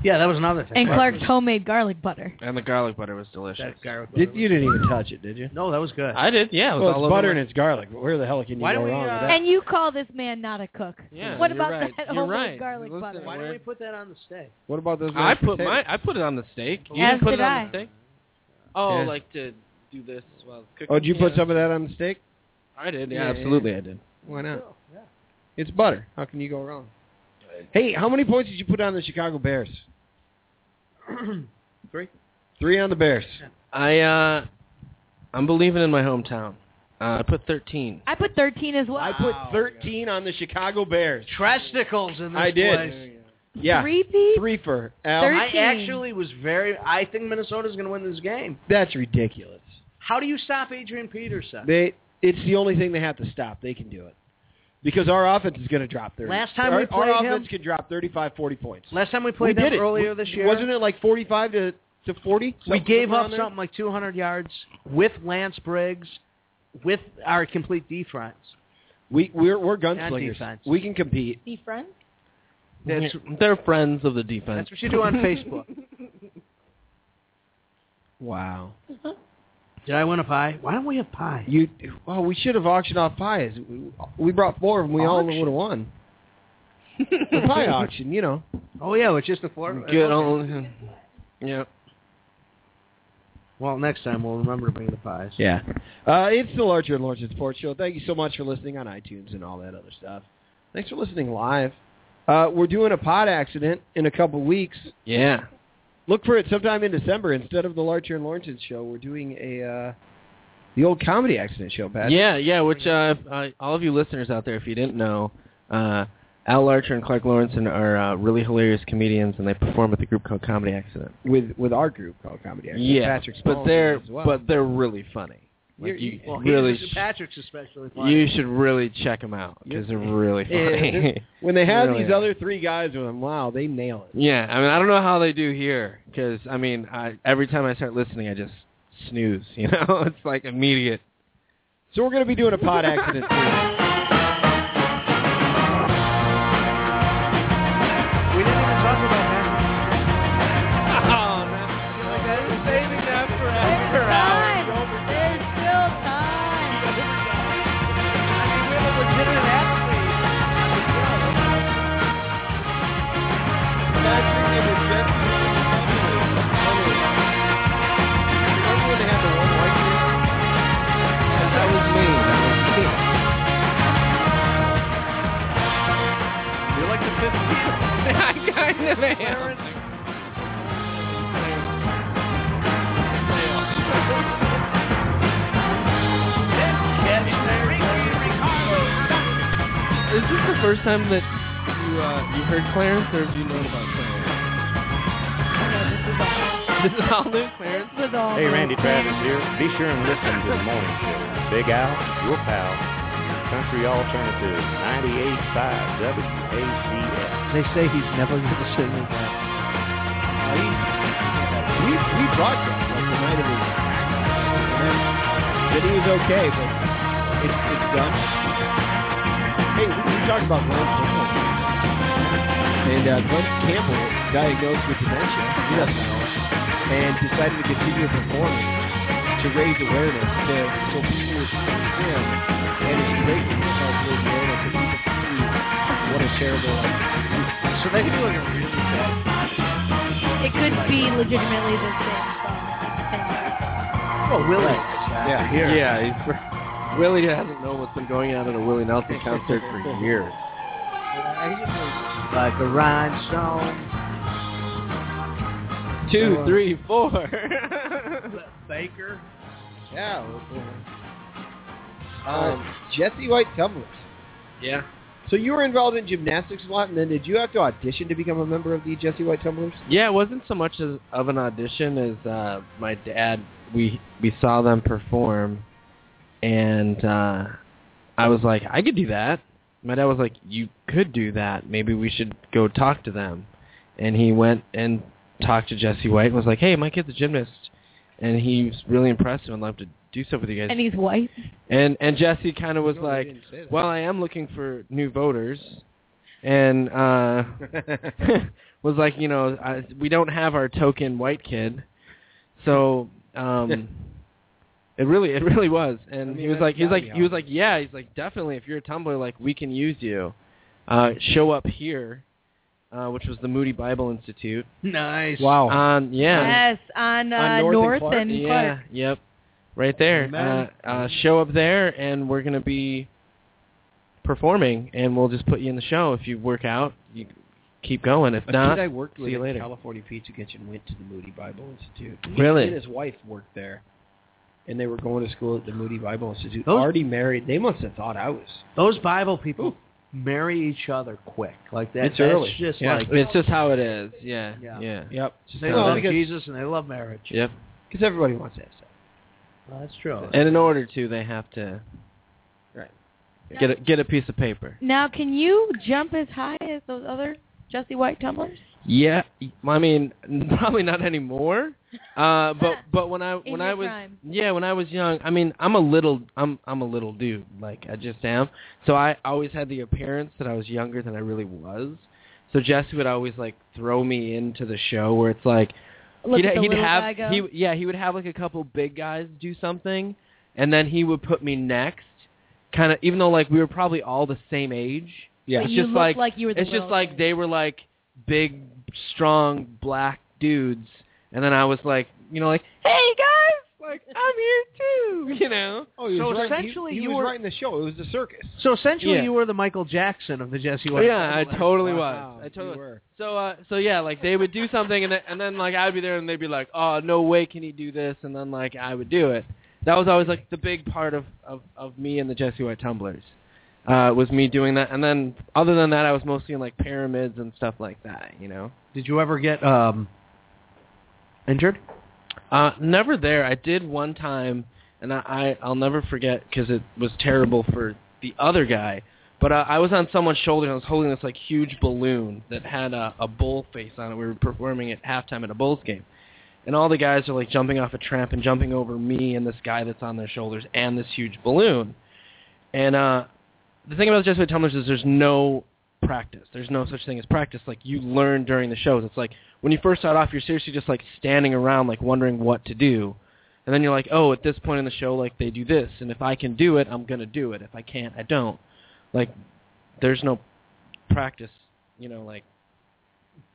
C: Yeah, that was another
E: And
C: thing.
E: Clark's homemade garlic butter.
D: And the garlic butter was delicious.
C: That garlic
B: Did,
C: butter
B: you didn't even touch it, did you?
C: was- No, that was good.
D: I did. Yeah. It was
B: Well,
D: all
B: it's
D: over
B: butter and
D: my-
B: it's garlic, but where the hell can you
C: Why
B: go
C: don't we,
B: wrong
C: uh,
B: with that?
E: And you call this man not a cook?
D: Yeah,
E: what
D: you're
E: about
D: right.
E: that
D: You're
E: homemade
D: right.
E: garlic
D: Listen,
E: butter?
C: Why don't we put that on the steak?
B: What about those?
D: I
B: mashed
D: put
B: potatoes?
D: my. I put it on the steak. You
E: As
D: didn't put
E: did
D: it on
E: I.
D: the steak. Oh,
B: Yeah.
D: like to do this while it's cooking.
B: Oh, did you put
D: Yeah.
B: some of that on the steak?
D: I did.
B: Yeah,
D: Yeah,
B: yeah,
D: absolutely, I did.
B: Why
C: Yeah.
B: not? It's butter. How can you go wrong? Hey, how many points did you put on the Chicago Bears?
C: Three.
B: Three on the Bears.
D: I. uh I'm believing in my hometown. Uh, I put 13.
E: I put 13 as well.
B: I put 13 on the Chicago Bears.
C: Tresticles in this
B: I did.
C: place.
B: Yeah.
E: Three peas?
B: Three for Al.
E: Thirty-
C: I
E: 13.
C: actually was very. I think Minnesota's going to win this game.
B: That's ridiculous.
C: How do you stop Adrian Peterson?
B: They. It's the only thing they have to stop. They can do it. Because our offense is going to drop 30.
C: Last time
B: our,
C: we played
B: our
C: him-
B: offense can drop 35, 40 points.
C: Last time we played them earlier this year,
B: Wasn't it like 45 to, to 40?
C: we gave up
B: something.
C: something like 200 yards with Lance Briggs, with our complete defense.
B: We we're we're gunslingers.
C: defense.
B: We can compete.
E: Be friends?
C: That's-
D: They're friends of the defense.
C: That's what you do on Facebook.
B: Wow.
C: Did I win a pie? Why don't we have pie?
B: You well, we should have auctioned off pies. We- We brought four of them. We all
C: Auction?
B: would have won. the pie auction, you know.
C: Oh yeah, it's just the four.
D: Good old. Yeah.
C: Well, next time we'll remember to bring the pies.
B: Yeah. Uh, it's the Larger and Larger Sports Show. Thank you so much for listening on iTunes and all that other stuff. Thanks for listening live. Uh, we're doing a pod accident in a couple weeks.
D: Yeah.
B: Look for it sometime in December. Instead of the Larcher and Lawrence show, we're doing a uh, the old comedy accident show. Pat.
D: Yeah, yeah, which uh, if, uh, all of you listeners out there, if you didn't know, uh, Al Larcher and Clark Lawrence are uh, really hilarious comedians, and they perform at the group called Comedy Accident.
B: With with our group called Comedy Accident.
D: yeah,
B: Patrick.
D: but
B: Smallwood
D: they're
B: as well.
D: but they're really funny. Like you
C: well,
D: really,
C: Anderson
D: sh-
C: Patrick's especially funny.
D: you should really check them out because they're really
B: Yeah,
D: funny.
B: when they have
D: Really.
B: these other three guys with them, wow, they nail it.
D: yeah, I mean, I don't know how they do here because I mean, I, every time I start listening, I just snooze. You know, it's like immediate.
B: So we're going to be doing a pod accident soon.
C: we didn't even talk about that.
D: Oh,
E: There's time. There's still time.
C: You're like the fifth wheel.
D: I kind of am. Is this the first time that you uh, you heard Clarence, or have you known about Clarence? This is all new, Clarence.
E: This was all
H: Hey,
E: new.
H: Randy Travis here. Be sure and listen to the morning show. Big Al, your pal, Country Alternative 98.5 WACS.
C: They say he's never going to sing again.
B: We, we broadcast like the night of his accident. That he was okay, but it's, it's done. Hey, we, we talked about Glenn Campbell. And uh, Glenn Campbell diagnosed with dementia yes. and decided to continue performing to raise awareness to, so people would see him and his greatness help raise awareness so people could see what a terrible like,
C: So they do like a really bad.
E: It could be legitimately the same song.
C: Oh, Willie.
B: Yeah.
D: Yeah, he's, Willie hasn't known what's been going on at a Willie Nelson concert for years.
C: Like a rhinestone.
D: Two, three, four.
C: Baker.
B: Yeah. well, cool. Um, Jesse White tumblers.
D: yeah.
B: So you were involved in gymnastics a lot, and then did you have to audition to become a member of the Jesse White tumblers?
D: Yeah, it wasn't so much as, of an audition as uh, my dad. We we saw them perform, and uh, I was like, I could do that. My dad was like, you could do that. Maybe we should go talk to them. And he went and talked to Jesse White and was like, Hey, my kid's a gymnast, and he's really impressed and would love to do stuff with you guys.
E: And he's white.
D: And and Jesse kind of was
B: No, they
D: like,
B: didn't say that.
D: "Well, I am looking for new voters," and uh, was like, "You know, I, we don't have our token white kid, so um, it really it really was." And
B: I mean,
D: he was
B: that's
D: like, he was
B: gotta
D: like,
B: be
D: he was
B: awesome.
D: like, "Yeah," he's like, "Definitely, if you're a Tumblr, like we can use you. Uh, show up here." Uh, which was the Moody Bible Institute.
C: Nice.
B: Oh.
D: Um, yeah.
E: Yes, on, uh,
B: On North and
E: North,
B: Clark?
E: and
D: Yeah,
E: Clark.
D: yep. Right there.
C: Amen.
D: Uh, uh, show up there, and we're going to be performing, and we'll just put you in the show. If you work out, you keep going. If
H: A
D: not,
H: kid I worked
D: see
H: with
D: you
H: at
D: later.
H: California Pizza Kitchen went to the Moody Bible Institute.
D: Really?
H: He and his wife worked there, and they were going to school at the Moody Bible Institute.
C: Those-
H: Already married. They must have thought I was.
C: Those Bible people marry each other quick. Like that.
H: It's
C: that's
H: early.
C: just
H: Yeah.
C: like
D: it's just how it is. Yeah.
C: Yeah.
D: Yeah.
H: Yep.
C: they
D: Well,
C: love
H: because-
C: Jesus and they love marriage.
D: Yep.
H: Because everybody wants to have sex.
C: Well, that's true.
D: And in order to, they have to
H: Right.
D: get a, get a piece of paper.
E: Now, can you jump as high as those other Jesse White tumblers?
D: Yeah, I mean, probably not anymore. Uh, but but when I
E: In
D: when
E: your
D: I was
E: prime.
D: yeah when I was young, I mean I'm a little I'm I'm a little dude like I just am. So I always had the appearance that I was younger than I really was. So Jesse would always like throw me into the show where it's like
E: Look
D: he'd,
E: at the
D: he'd
E: little
D: have
E: guy go.
D: he yeah he would have like a couple big guys do something, and then he would put me next. Kind of even though like we were probably all the same age.
B: Yeah.
E: But
D: It's
E: you
D: just
E: looked
D: like,
E: like you were the
D: it's just
E: little guy.
D: like they were like big, strong black dudes, and then I was like, you know, like hey guys, like I'm here too, you know.
B: Oh, he
C: So
B: was writing- he-
C: essentially
B: he,
C: you
B: was
C: were-
B: writing the show. It was a circus.
C: So essentially,
D: Yeah.
C: you were the Michael Jackson of the Jesse White.
D: yeah, I totally
B: Wow,
D: was. I totally
B: you
D: was.
B: were.
D: So, uh, so yeah, like they would do something, and then, and then like I'd be there, and they'd be like, "Oh, no way can he do this," and then like I would do it. That was always like the big part of of of me and the Jesse White tumblers, uh, was me doing that. And then other than that, I was mostly in like pyramids and stuff like that, you know.
C: Did you ever get um injured?
D: Uh, never there. I did one time and I, I I'll never forget because it was terrible for the other guy. But uh, I, I was on someone's shoulder and I was holding this like huge balloon that had a, a bull face on it. We were performing at halftime at a Bulls game, and all the guys are like jumping off a tramp and jumping over me and this guy that's on their shoulders and this huge balloon. And uh, the thing about Jesuit tumblers is there's no practice. There's no such thing as practice. Like you learn during the shows. It's like when you first start off, you're seriously just like standing around, like wondering what to do. And then you're like, oh, at this point in the show, like they do this, and if I can do it, I'm gonna do it. If I can't, I don't. Like, there's no practice. You know, like.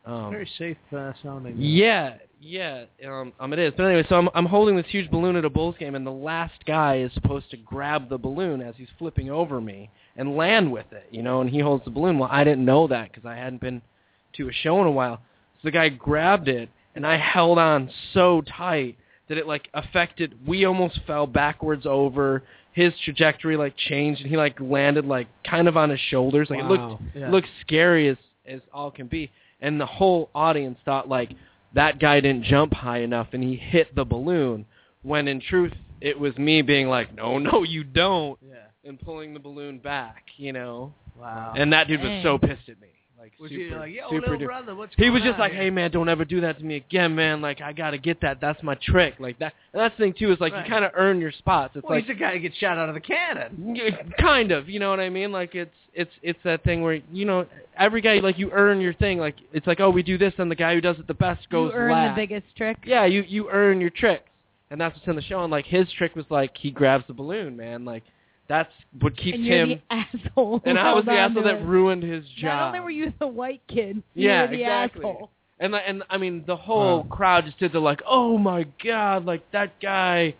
D: Um,
C: Very safe uh, sounding.
D: yeah, yeah, um, um, it is. But anyway, so I'm I'm holding this huge balloon at a Bulls game, and the last guy is supposed to grab the balloon as he's flipping over me and land with it, you know. And he holds the balloon. Well, I didn't know that because I hadn't been to a show in a while. So the guy grabbed it, and I held on so tight that it like affected. We almost fell backwards over. His trajectory like changed, and he like landed like kind of on his shoulders. Like it
C: Wow.
D: looked
C: Yeah.
D: looked scary as as all can be. And the whole audience thought like that guy didn't jump high enough, and he hit the balloon. When in truth, it was me being like, no, no, you don't,
C: Yeah.
D: and pulling the balloon back. You know.
C: Wow.
D: And that dude was
E: Dang.
D: so pissed at me. Like,
C: was
D: super,
C: he like, yo,
D: super
C: little
D: duper-
C: brother, what's
D: He
C: going
D: was just
C: on
D: like,
C: here?
D: hey man, don't ever do that to me again, man. Like, I gotta get that. That's my trick. Like that. And that's the thing too is like
C: Right.
D: you kind of earn your spots. It's
C: well,
D: like
C: he's the guy that gets shot out of the cannon.
D: y- kind of, you know what I mean? Like it's it's it's that thing where you know every guy like you earn your thing. Like it's like oh we do this and the guy who does it the best goes
E: you earn
D: last.
E: the biggest trick.
D: Yeah, you you earn your tricks, and that's what's in the show. And like his trick was like he grabs the balloon, man. Like that's what keeps
E: and you're
D: him.
E: the asshole. who
D: and I was
E: held
D: the
E: on
D: asshole
E: to
D: that
E: it.
D: ruined his job.
E: Not only were you the white kid, you
D: Yeah,
E: were the
D: exactly.
E: asshole.
D: And like, and I mean, the whole crowd just did the like, oh my god, like that guy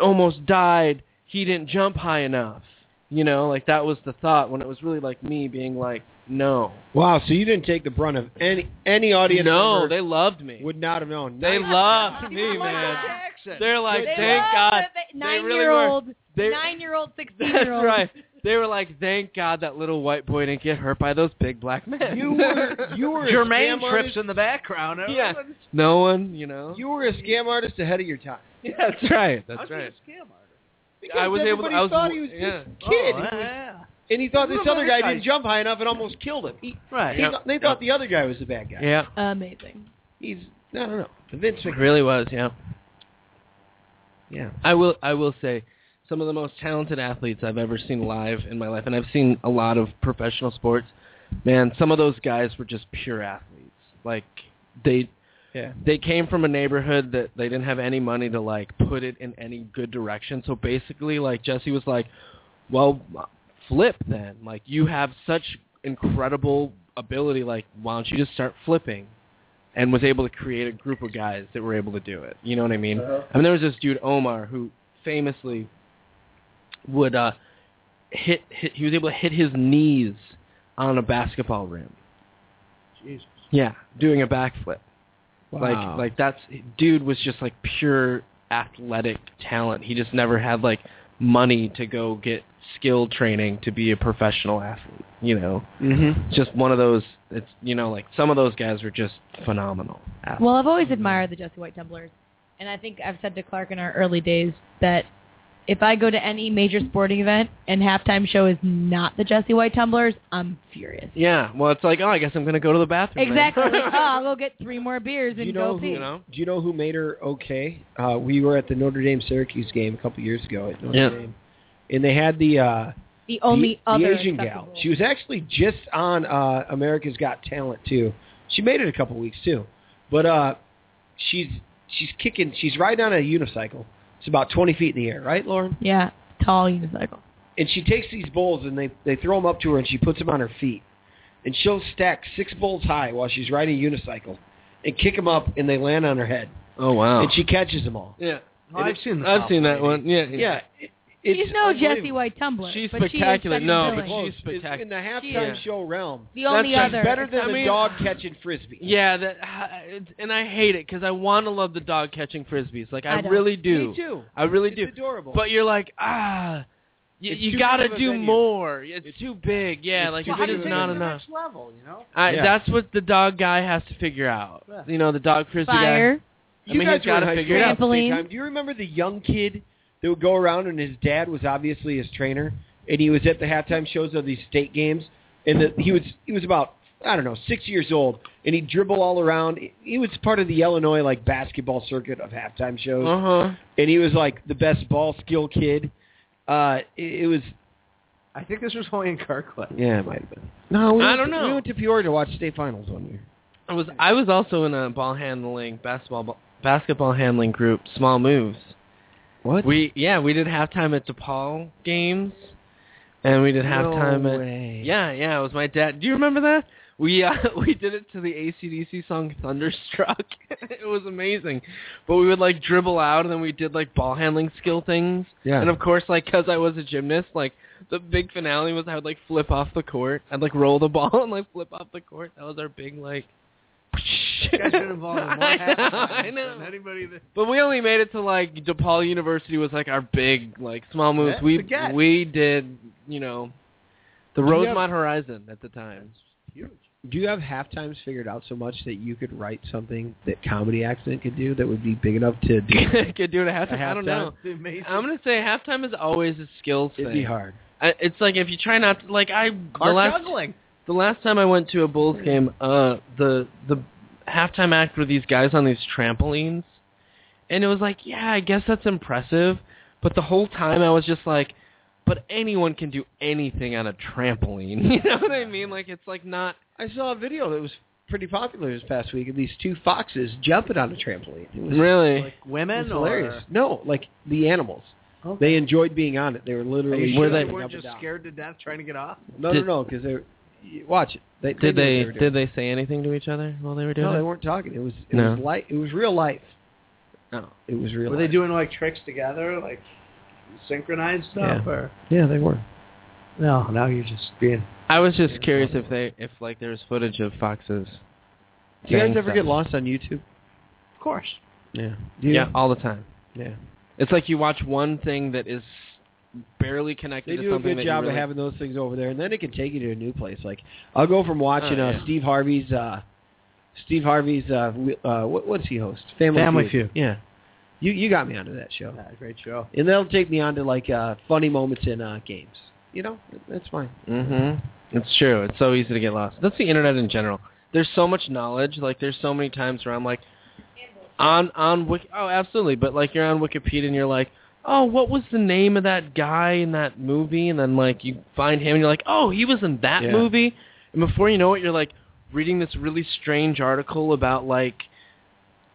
D: almost died. He didn't jump high enough. You know, like that was the thought when it was really like me being like, no,
B: Wow, so you didn't take the brunt of any any audience
D: no,
B: member
D: they loved me.
B: would not have known.
D: they loved
C: He was
D: me,
C: Michael
D: man.
C: Jackson.
D: They're like,
E: They
D: thank
E: love
D: God.
E: that they-
D: They
E: Nine
D: really
E: year
D: were.
E: old,
D: They-
E: nine year old, sixteen
D: That's
E: year old.
D: right. They were like, thank God that little white boy didn't get hurt by those big black men.
B: You were you were a
C: Jermaine
B: scam
C: trips
B: artist.
C: in the background.
D: Yeah. no one, you know.
B: You were a scam artist ahead of your time.
D: yeah, that's right.
C: I was
D: That's
C: being
D: right.
C: a scam artist.
B: Because
D: I was able.
B: everybody
D: I was.
B: thought he was
D: yeah.
B: this kid,
C: Oh,
B: who was-
C: yeah.
B: and he thought this
C: Look at
B: other
C: this
B: guy
C: guy.
B: didn't jump high enough and almost killed him. He,
C: Right.
B: he thought- they thought the other guy was the bad guy.
D: Yeah.
E: Amazing.
B: He's I don't know. Vince
D: It
B: McMahon.
D: really was. Yeah.
B: Yeah.
D: I will I will say some of the most talented athletes I've ever seen live in my life and I've seen a lot of professional sports. Man, some of those guys were just pure athletes. Like they
B: Yeah.
D: they came from a neighborhood that they didn't have any money to like put it in any good direction. So basically like Jesse was like, "Well, flip then. Like you have such incredible ability like why don't you just start flipping?" and was able to create a group of guys that were able to do it. You know what I mean? I mean, there was this dude Omar who famously would uh, hit, hit. He was able to hit his knees on a basketball rim.
C: Jesus.
D: Yeah, doing a backflip. Like, like that's dude was just like pure athletic talent. He just never had like money to go get skill training to be a professional athlete. You know,
B: Mm-hmm.
D: just one of those. It's you know like some of those guys were just phenomenal. athletes.
E: Well, I've always admired the Jesse White tumblers, and I think I've said to Clark in our early days that if I go to any major sporting event and halftime show is not the Jesse White tumblers, I'm furious.
D: Yeah, well, it's like, oh, I guess I'm gonna go to the bathroom. then.
E: Exactly. Like, oh, I'll go get three more beers and
B: You
E: go
B: know who-
E: pee.
D: you know.
B: Do you know who made her okay? Uh, we were at the Notre Dame Syracuse game a couple years ago at Notre
D: Yeah.
B: Dame, and they had the uh,
E: The only
B: the,
E: other
B: the Asian gal.
E: acceptable-
B: She was actually just on uh, America's Got Talent too. She made it a couple weeks too, but uh, she's she's kicking. She's riding on a unicycle. It's about twenty feet in the air, right, Lauren?
E: yeah, tall unicycle.
B: and she takes these bowls and they they throw them up to her and she puts them on her feet and she'll stack six bowls high while she's riding a unicycle and kick them up and they land on her head
D: Oh wow.
B: and she catches them all
D: yeah,
C: Oh, I've seen the
D: I've seen that
C: lady.
D: one. Yeah,
B: yeah it, it's
E: She's no Jesse
B: unbelievable.
E: White tumbler.
D: She's
E: but
D: spectacular.
E: She is
D: No,
E: spectacular.
D: but she's
B: It's in the
D: spectacular.
B: halftime
D: Yeah.
B: show realm
E: the only
D: that's-
E: other.
B: better than
D: I
B: a
D: mean-
B: dog catching frisbee
D: Yeah, that I- it's- and I hate it because I want to love the dog catching frisbees. Like I,
E: I don't.
D: really do.
B: me too
D: I really
B: it's
D: do.
B: adorable
D: But you're like, ah, you,
B: It's
D: you
B: too
D: gotta
B: big of a
D: do
B: venue.
D: more. It's, too big. Yeah,
B: it's
D: like
B: too
C: Well,
D: this
B: big
C: how do you
B: of
D: is
B: a
C: take it
D: not
C: to the
D: enough.
C: next level, you know?
D: I,
B: Yeah.
D: That's what the dog guy has to figure out.
C: Yeah.
D: You know, the dog frisbee guy.
E: fire.
D: I
B: you
D: mean,
B: guys
D: he's
B: were in
D: gotta
B: high
D: figure
B: school
D: it
B: at
D: out.
B: the same
E: Trampoline.
B: time. do you remember the young kid that would go around, and his dad was obviously his trainer, and he was at the halftime shows of these state games, and the, he was he was about I don't know six years old, and he'd dribble all around. He was part of the Illinois like basketball circuit of halftime shows,
D: Uh huh.
B: and he was like the best ball skill kid. Uh, it, it was
C: I think this was only in Kirkland.
B: yeah, it might have been. No, we
D: I
B: went
D: don't
B: to-
D: know.
B: We went to Peoria to watch state finals one year.
D: I was I was also in a ball handling basketball basketball handling group, Small Moves.
B: What?
D: We yeah, we did halftime at DePaul games, and we did halftime
B: no
D: at
B: way.
D: yeah yeah. It was my dad. Do you remember that? We uh, we did it to the ACDC song Thunderstruck. it was amazing, but we would like dribble out, and then we did like ball handling skill things.
B: Yeah.
D: And of course, like because I was a gymnast, like the big finale was I would like flip off the court. I'd like roll the ball and like flip off the court. That was our big like.
C: You guys been involved in more
D: I know,
C: halftimes
D: I
C: than
D: know.
C: Anybody that
D: But we only made it to like DePaul University was like our big like small moves.
C: That's
D: we
C: the get.
D: we did you know the
B: you
D: Rosemont Horizon at the time.
C: huge.
B: Do you have halftimes figured out so much that you could write something that Comedy Accident could do that would be big enough to do?
D: Could do it at halftime. I
B: halftime?
D: don't know.
C: The amazing.
D: I'm gonna say halftime is always a skills
B: It'd be
D: thing.
B: hard.
D: I, it's like if you try not to, like I the
C: Clark
D: last
C: juggling.
D: the last time I went to a Bulls game, uh, the the halftime act were these guys on these trampolines, and it was like, yeah, I guess that's impressive, but the whole time I was just like, but anyone can do anything on a trampoline. You know what I mean? Like it's like not.
B: I saw a video that was pretty popular this past week of these two foxes jumping on a trampoline. It was,
D: Really?
C: Like
B: it
C: women
B: was hilarious.
C: or
B: No, like the animals.
C: Okay.
B: They enjoyed being on it. They were
C: Are
B: literally
C: you sure
D: Were they-
C: they
B: jumping up
C: weren't
B: and
C: just
B: down.
C: scared to death trying to get off?
B: No,
D: Did-
B: no, no, because they're watch it. They,
D: Did
B: knew
D: they
B: what
D: did they say anything to each other while they were
B: were doing.
D: doing
B: No,
D: it?
B: they weren't talking. It was it
D: No.
B: was light. It was real life.
D: Oh.
B: it was real.
C: Were
B: life.
C: they doing like tricks together, like synchronized stuff, or
B: Yeah, they were.
C: no? Now you're just being.
D: I was just curious if they if like there was footage of foxes.
B: Do you guys
D: saying
B: ever get
D: stuff.
B: lost on YouTube?
C: Of course.
B: Yeah.
D: Yeah, all the time.
B: Yeah.
D: It's like you watch one thing that is barely connected
B: They
D: to
B: do a
D: something
B: good
D: that
B: job
D: you
B: of
D: really
B: having those things over there, and then it can take you to a new place. Like I'll go from watching
D: Oh,
B: uh,
D: yeah.
B: Steve Harvey's, uh, Steve Harvey's, uh, wi- uh, what, what's he host? Family,
C: Family Feud.
B: Yeah, you you got me onto that show,
C: Yeah, great show.
B: and they'll take me onto like uh, funny moments in uh, games. You know, that's fine.
D: Mhm. It's true. It's so easy to get lost. That's the internet in general. There's so much knowledge. Like there's so many times where I'm like, on on Wiki. Oh, absolutely. But like you're on Wikipedia and you're like, oh, what was the name of that guy in that movie? And then like you find him and you're like, oh, he was in that
B: Yeah.
D: movie. And before you know it, you're like reading this really strange article about like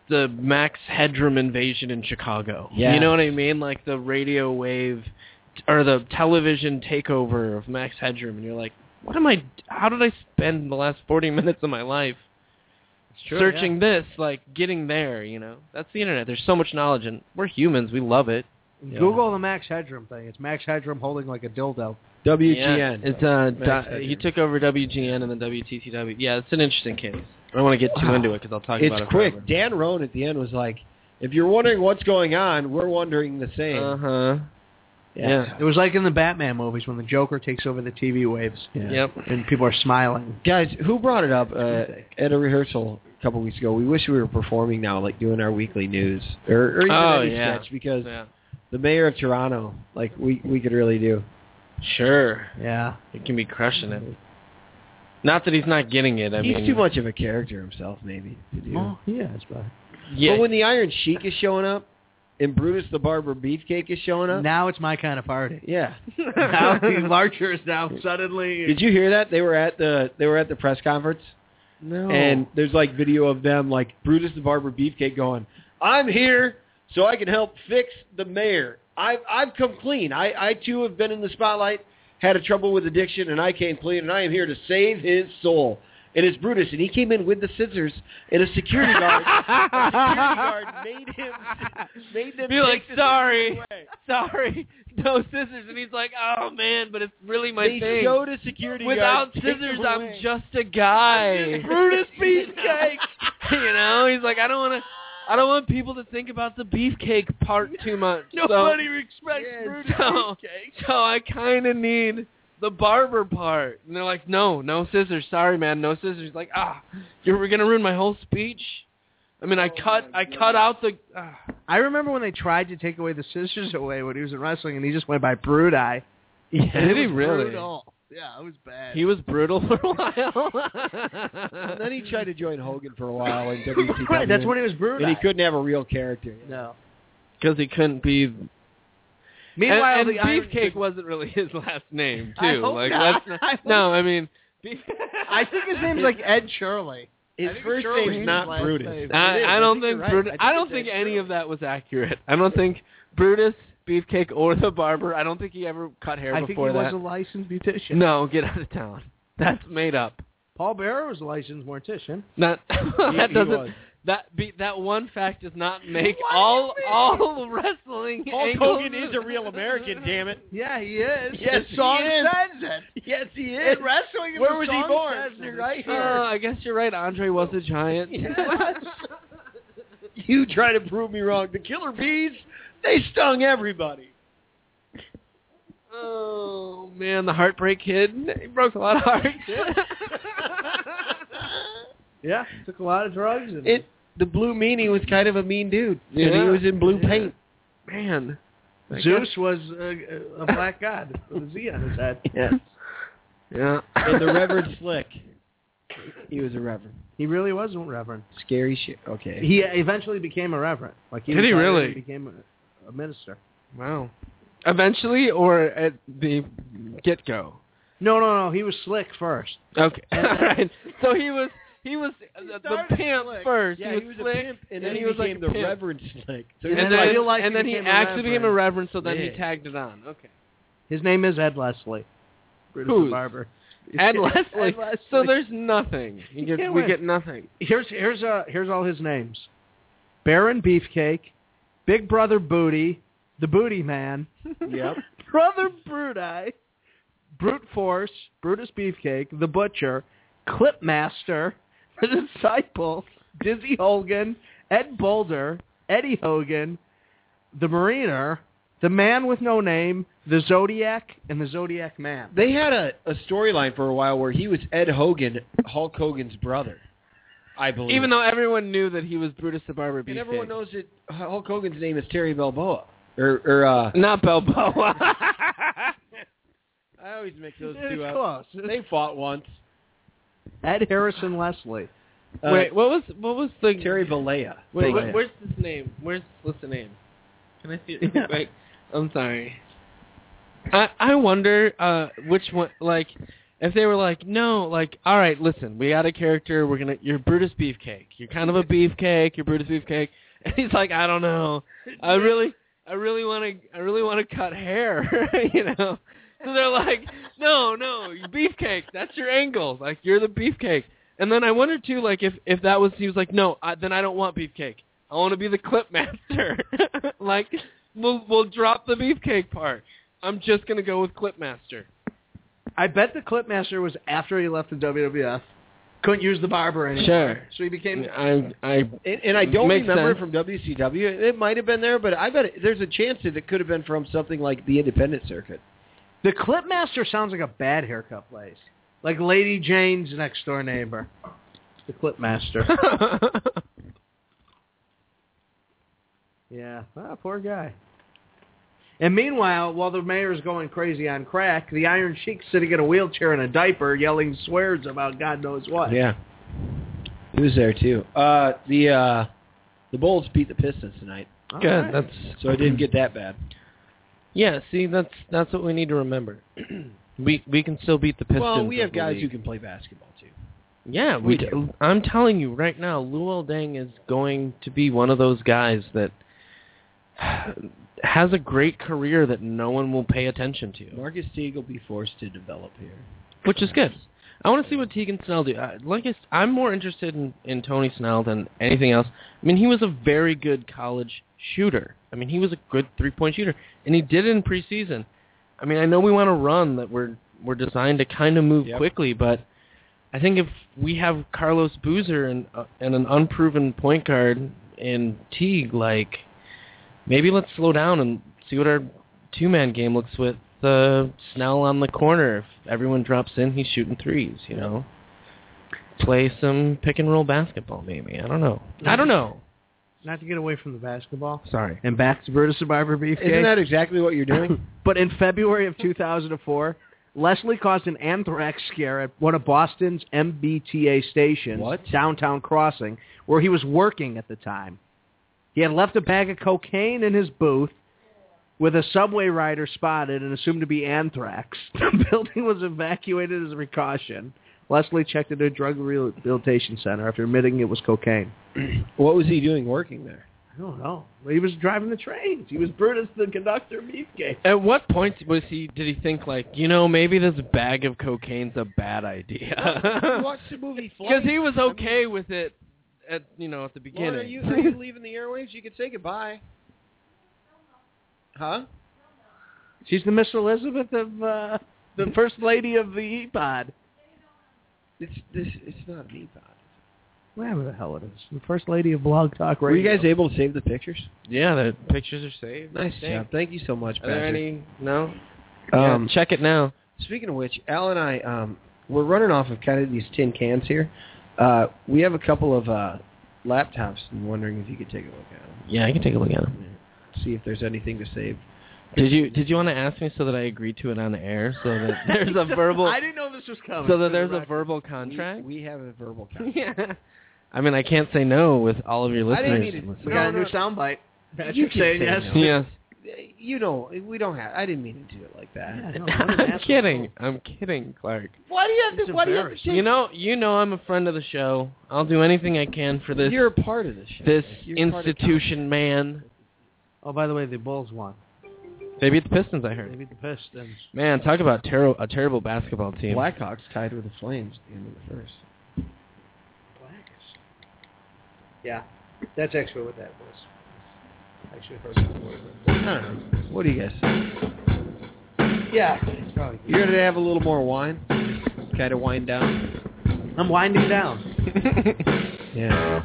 D: the Max Headroom invasion in Chicago.
B: Yes.
D: You know what I mean? Like the radio wave or the television takeover of Max Headroom, and you're like, what am I? How did I spend the last 40 minutes of my life searching this, like getting there? You know, that's the internet. There's so much knowledge, and we're humans. We love it.
C: Google the Max Headroom thing. It's Max Headroom holding like a dildo.
B: WGN.
D: Yeah. It's uh,
B: Max
D: di-
B: Headroom.
D: he took over WGN and then WTTW. Yeah, it's an interesting case. I don't want to get too
B: Wow.
D: into it because I'll talk
B: Ah. It's
D: about it.
B: quick. Dan Roan at the end was like, "If you're wondering what's going on, we're wondering the same."
D: Uh
B: Uh-huh.
D: huh. Yeah.
C: It was like in the Batman movies when the Joker takes over the TV waves
B: Yeah.
D: Yep.
C: and people are smiling.
B: Guys, who brought it up uh, at a rehearsal a couple weeks ago? We wish we were performing now, like doing our weekly news or, or even
D: Oh,
B: any
D: yeah.
B: sketch, because
D: Yeah.
B: the mayor of Toronto, like we we could really do.
D: Sure.
C: Yeah.
D: It can be crushing it. Not that he's not getting it. I
B: He's
D: mean,
B: too much of a character himself, maybe to do.
C: Oh, yeah, it's bad.
D: Yeah.
B: But when the Iron Sheik is showing up, and Brutus the Barber Beefcake is showing up,
C: Now it's my kind of party.
B: yeah.
C: now the larcher is now suddenly.
B: Did you hear that? They were at the they were at the press conference,
D: no.
B: and there's like video of them, like Brutus the Barber Beefcake going, "I'm here so I can help fix the mayor. I've I've come clean. I I too have been in the spotlight, had a trouble with addiction, and I came clean, and I am here to save his soul." And it's Brutus, and he came in with the scissors, and a security guard, a security guard made him, made them
D: be like,
B: take the
D: sorry,
B: scissors away.
D: sorry, no scissors, and he's like, oh man, but it's really my
B: they
D: thing.
B: showed a security guard.
D: Without
B: take them
D: scissors, I'm
B: away.
D: just a guy.
B: I'm just Brutus Beefcake.
D: you know, he's like, I don't want to, I don't want people to think about the beefcake part too much.
B: Nobody
D: so,
B: respects
D: Yeah,
B: Brutus
D: so-
B: Beefcake.
D: so I kind of need the barber part. And they're like, no, no scissors. Sorry, man, no scissors. He's like,
B: Oh
D: ah, you were gonna ruin my whole speech. I mean, I cut, I cut out the. ah.
C: I remember when they tried to take away the scissors away when he was in wrestling, and he just went by Brood Eye. And
D: Did
C: it
D: he
C: was
D: really?
C: Brutal. Yeah, it was bad.
D: He was brutal for a while.
B: And then he tried to join Hogan for a while in WCW.
C: right, that's when he was Brood
B: and he
C: Eye.
B: couldn't have a real character.
C: No.
D: because he couldn't be.
C: Meanwhile,
D: and, and
C: the Iron-
D: Beefcake wasn't really his last name, too.
C: I hope
D: like,
C: not.
D: let's not- no, I mean, beef,
C: I think his name's like Ed Shirley.
B: His
C: I think
B: first
C: Shirley
B: name's
C: is
B: not
C: his last
B: Brutus.
C: name.
B: It is.
D: I, I don't think,
B: you're right.
D: Brut-
B: I
D: I, don't
B: think
D: think
B: that's
D: any
B: true.
D: of that was accurate. I don't think Brutus, Beefcake, or the barber. I don't think he ever cut hair
C: I think he
D: before
C: was
D: that.
C: a licensed beautician.
D: no, get out of town. That's made up.
C: Paul Bearer was a licensed mortician.
D: Not that
B: he was.
D: doesn't. That be, that one fact does not make all all wrestling.
B: Hulk
D: angles-
B: Hogan is a real American, damn it.
C: Yeah, he is.
B: Yes,
C: the song
B: he is.
C: says it.
B: Yes, he is.
C: In wrestling,
B: Where
C: the
B: was he
C: song
B: born?
C: says it. Right
D: Uh,
C: here.
D: I guess you're right. Andre was a giant.
B: You try to prove me wrong. The Killer Bees, they stung everybody.
D: Oh man, the Heartbreak Kid. He broke a lot of hearts.
C: yeah, took a lot of drugs. And
B: It, the Blue Meanie was kind of a mean dude. And he
D: Yeah.
B: was in blue
D: Yeah.
B: paint.
D: man. I
C: Zeus
D: guess-
C: was a, a black god with a Z on his head.
B: Yeah.
D: Yeah.
B: and the Reverend Slick. He was a reverend.
C: He really wasn't reverend.
B: Scary shit. Okay.
C: He eventually became a reverend. Like he
D: Did he
C: retired
D: really?
C: and became a, a minister.
D: Wow. Eventually, or at the get go.
C: No, no, no. He was slick first.
D: Okay. All
C: And-
D: right. So he was he was the, the pimp first.
B: yeah,
D: he was, slick,
B: a pimp, and then
D: he,
B: he,
D: was
B: became
D: like a
B: the
D: pimp.
B: Reverend Slick. So he's
C: And
D: And then,
C: then
B: like,
C: real life,
D: and
C: he
D: then he
C: became a
D: actually became a
C: reverend.
D: reverend, so then
B: Yeah.
D: he tagged it on. Okay.
C: His name is Ed Leslie. Brutus the
D: Who's?
C: Barber.
D: Ed Leslie.
C: Ed Leslie.
D: So there's nothing. You get,
C: can't
D: we
C: win.
D: get nothing.
C: here's here's uh here's all his names: Baron Beefcake, Big Brother Booty, the Booty Man,
B: Yep.
C: Brother Brute Eye, Brute Force, Brutus Beefcake, the Butcher, Clip Master, the Disciple, Dizzy Hogan, Ed Boulder, Eddie Hogan, the Mariner, the Man with No Name, the Zodiac, and the Zodiac Man.
B: They had a, a storyline for a while where he was Ed Hogan, Hulk Hogan's brother, I believe.
D: Even though everyone knew that he was Brutus the Barber
B: and
D: Beefcake.
B: everyone knows that Hulk Hogan's name is Terry Balboa, or, or uh,
D: Not Balboa.
B: I always mix those
C: It's
B: two up.
C: close.
B: They fought once.
C: Ed Harrison Leslie.
B: Uh,
D: Wait, what was what was the
B: Terry Balea.
D: Wait,
C: Balea.
D: wh- where's his name? Where's what's the name? Can I see it? real quick? I'm sorry. I I wonder uh which one like if they were like no like all right listen we got a character we're gonna you're Brutus Beefcake you're kind of a beefcake you're Brutus Beefcake and he's like I don't know I really I really want to I really want to cut hair you know so they're like no no you beefcake that's your angle like you're the beefcake and then I wonder too, like if if that was he was like, no, I, then I don't want beefcake. I want to be the clip master. like we'll we'll drop the beefcake part. I'm just gonna go with clip master.
C: I bet the Clipmaster was after he left the WWF. Couldn't use the barber anymore.
D: Sure.
C: So he became.
D: I I
B: And, and I don't
D: Makes
B: remember
D: sense.
B: it from WCW. It might have been there, but I bet it, there's a chance that it could have been from something like the independent circuit.
C: The Clipmaster sounds like a bad haircut place. Like Lady Jane's next door neighbor. The Clipmaster. yeah. Ah, poor guy. And meanwhile, while the mayor's going crazy on crack, the Iron Sheik's sitting in a wheelchair in a diaper yelling swears about God knows what.
B: Yeah. He was there too. Uh, the uh, the Bulls beat the Pistons tonight,
C: All
D: good.
C: right.
D: That's
B: so it didn't get that bad.
D: yeah. See, that's that's what we need to remember. we we can still beat the Pistons.
B: well, we have
D: of the
B: guys
D: league.
B: who can play basketball too.
D: Yeah,
B: We
D: we. do. I'm telling you right now, Luol Deng is going to be one of those guys that has a great career that no one will pay attention to,
B: Marcus Teague will be forced to develop here.
D: which is good. I want to see what Tegan Snell do. I, like I, s- I'm more interested in, in Tony Snell than anything else. I mean, he was a very good college shooter. I mean, he was a good three point shooter, and he did it in preseason. I mean, I know we want to run that we're we're designed to kind of move
B: Yep.
D: quickly, but I think if we have Carlos Boozer and uh, and an unproven point guard in Teague, like maybe let's slow down and see what our two man game looks with uh, Snell on the corner. If everyone drops in, he's shooting threes. You know, play some pick and roll basketball maybe. I don't know. I don't know.
C: not to get away from the basketball.
I: Sorry.
C: And back to Brutus Survivor Beefcake.
B: Isn't that exactly what you're doing?
C: But in February of 2004, Leslie caused an anthrax scare at one of Boston's MBTA stations,
I: What?
C: Downtown Crossing, where he was working at the time. He had left a bag of cocaine in his booth with a subway rider spotted and assumed to be anthrax. The building was evacuated as a precaution. Leslie checked into a drug rehabilitation center after admitting it was cocaine.
B: what was he doing working there?
C: I don't know. He was driving the trains. He was Brutus the conductor beefcake.
D: At what point was he? Did he think like, you know, maybe this bag of cocaine's a bad idea?
J: Watch the movie Flight.
D: Because he was okay with it at you know at the beginning.
J: Lauren, are you, are you leaving the airwaves? You can say goodbye. Huh?
C: She's the Miss Elizabeth of uh, the First Lady of the E-Pod.
J: It's this. It's not me, Bob.
C: Whatever the hell it is. The First Lady of Blog Talk
B: Were you
C: Radio.
B: guys able to save the pictures?
D: yeah, the pictures are saved. I
B: Nice
D: think.
B: job. Thank you so much,
D: Are there
B: Badger.
D: any? No.
B: Um,
D: yeah, check it now.
B: Speaking of which, Al and I, um, we're running off of kind of these tin cans here. Uh, we have a couple of uh, laptops. I'm wondering if you could take a look at them,
D: Yeah, I can take a look at them.
B: see if there's anything to save.
D: Did you Did you want to ask me so that I agreed to it on the air so that there's a verbal
C: I didn't know this was coming.
D: so
C: for
D: that there's
C: the
D: a
C: record.
D: verbal
B: We-
D: contract?
B: We, have a verbal contract.
D: yeah. I mean, I can't say no with all of your
B: I didn't
D: listeners.
B: mean it.
C: We
D: listening.
C: got a
B: No,
C: new
B: no.
C: soundbite.
B: You
C: Patrick
B: can
C: saying
B: say
C: yes.
B: no.
D: Yes.
B: You know, we don't have. I didn't mean to do it like that.
C: Yeah, no, what an
D: I'm
C: asshole.
D: kidding. I'm kidding, Clark.
B: Why do you have
C: It's
B: to? Why do you have to?
C: embarrassing.
B: Take,
D: You know, you know, I'm a friend of the show. I'll do anything I can for this
B: you're a part of this. Show.
D: this
B: You're part of
D: institution, man.
C: Oh, by the way, the Bulls won.
D: They beat the Pistons, I
C: They
D: heard.
C: beat the Pistons.
D: Man, talk about ter- a terrible basketball
B: Congress.
D: team.
B: Blackhawks tied with the Flames at the end of the first.
C: Yeah, that's actually what that was. Actually,
B: I don't know. What do you guys? Think?
C: yeah.
B: You're gonna have a little more wine. Kind of wind down.
C: I'm winding down.
B: Yeah.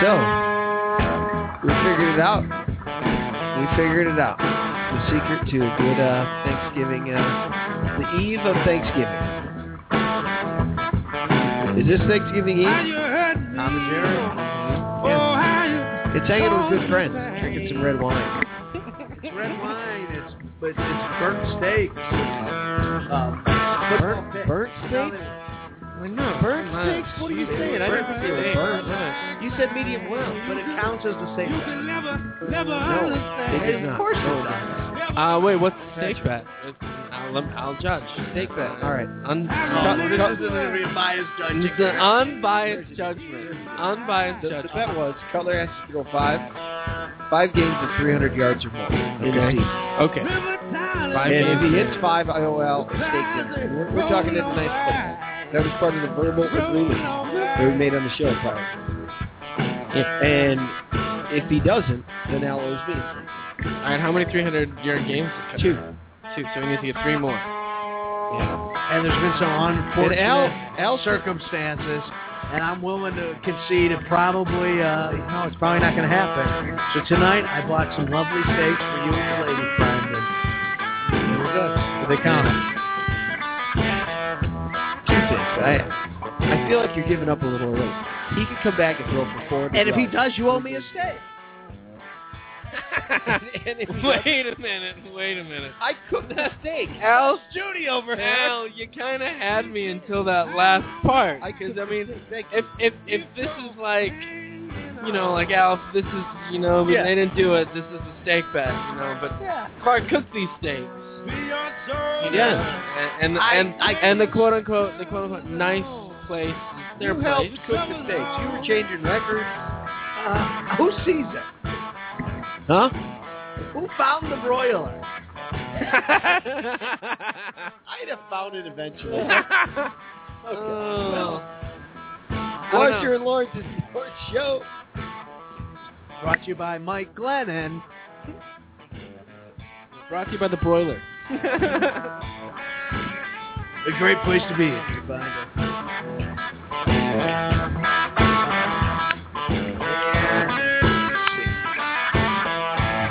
B: So we figured it out. We figured it out. The secret to a good uh, Thanksgiving, uh, the eve of Thanksgiving. Is this Thanksgiving Eve? I'm a Jerry. Yeah. It's hanging with good friends, drinking some red wine.
C: It's red wine. It's but it's burnt steaks. Um, football pit.
B: Burnt steaks? Burnt steaks? What are you saying? I never
C: Burnt
B: said
C: steaks.
B: burnt.
C: You said medium well, but it counts as the same.
B: No, they did not.
C: Of course
B: No,
C: it does.
D: Uh, wait, what's the stake bet? It's- I'll, um, I'll judge.
B: Steak bet. All right.
D: Un-
C: this
D: cut-
C: isn't going to be a biased judging.
D: it's an unbiased judgment. Unbiased
B: The, the
D: judgment.
B: bet was Cutler has to go five, five games of 300 yards or more in the
D: Okay.
B: season.
D: Okay. Five
B: And if
D: games.
B: he hits five IOL, it's steak dinner. We're, we're talking at a nice place. That was part of the verbal agreement that we made on the show prior. And if he doesn't, then Al owes me
D: All right, how many 300-yard games?
B: two.
D: Two. So we need to get three more.
C: And there's been some
B: And
C: unfortunate
B: Al, Al
C: circumstances, and I'm willing to concede it probably, uh, no, it's probably not going to happen. So tonight, I bought some lovely steaks for you and your lady friend, and here we go. So They count them.
B: two things. I, I feel like you're giving up a little early. He could come back and throw for four.
C: And if he does, you owe me a steak.
B: and if he does,
D: wait a minute. Wait a minute.
B: I cooked the steak.
D: Al,
B: Judy over here.
D: Al, you kind of had me until that last part.
B: I
D: Because
B: could.
D: I mean,
B: thank you.
D: if if if this is like, you know, like Al, if this is, you know,
B: Yeah.
D: they didn't do it. This is a steak bet, you know. But Clark cooked these steaks. You
B: Yeah.
D: know, And and and, and the quote unquote the quote unquote nice place is their
B: you helped
D: place.
B: cook the steaks. You were changing records.
C: Uh, who sees it?
B: Huh?
C: Who found the broiler?
B: I'd have found it eventually.
D: Oh.
B: Archer and Lawrence's sports show.
C: Brought to you by Mike Glennon.
D: Brought to you by the broiler.
C: A great place to be. if you find it.
B: Is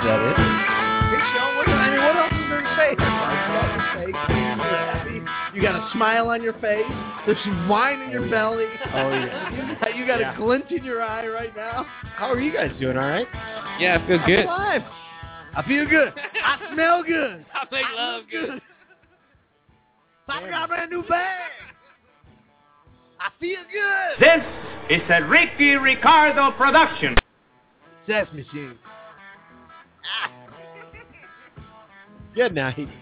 B: that
C: Hey, Sean, what, I mean, what else is there to say? I bought the steaks. You got got a smile on your face. There's wine in your belly. Oh yeah. you got
K: Yeah.
C: a glint in your eye right now. How are you guys doing? All right.
B: Yeah, I feel good.
C: Alive. I feel good. I smell good.
B: I make love good.
C: Papa got a brand new bag. I feel good.
L: This is a Ricky Ricardo production.
C: Sex machine. Good night.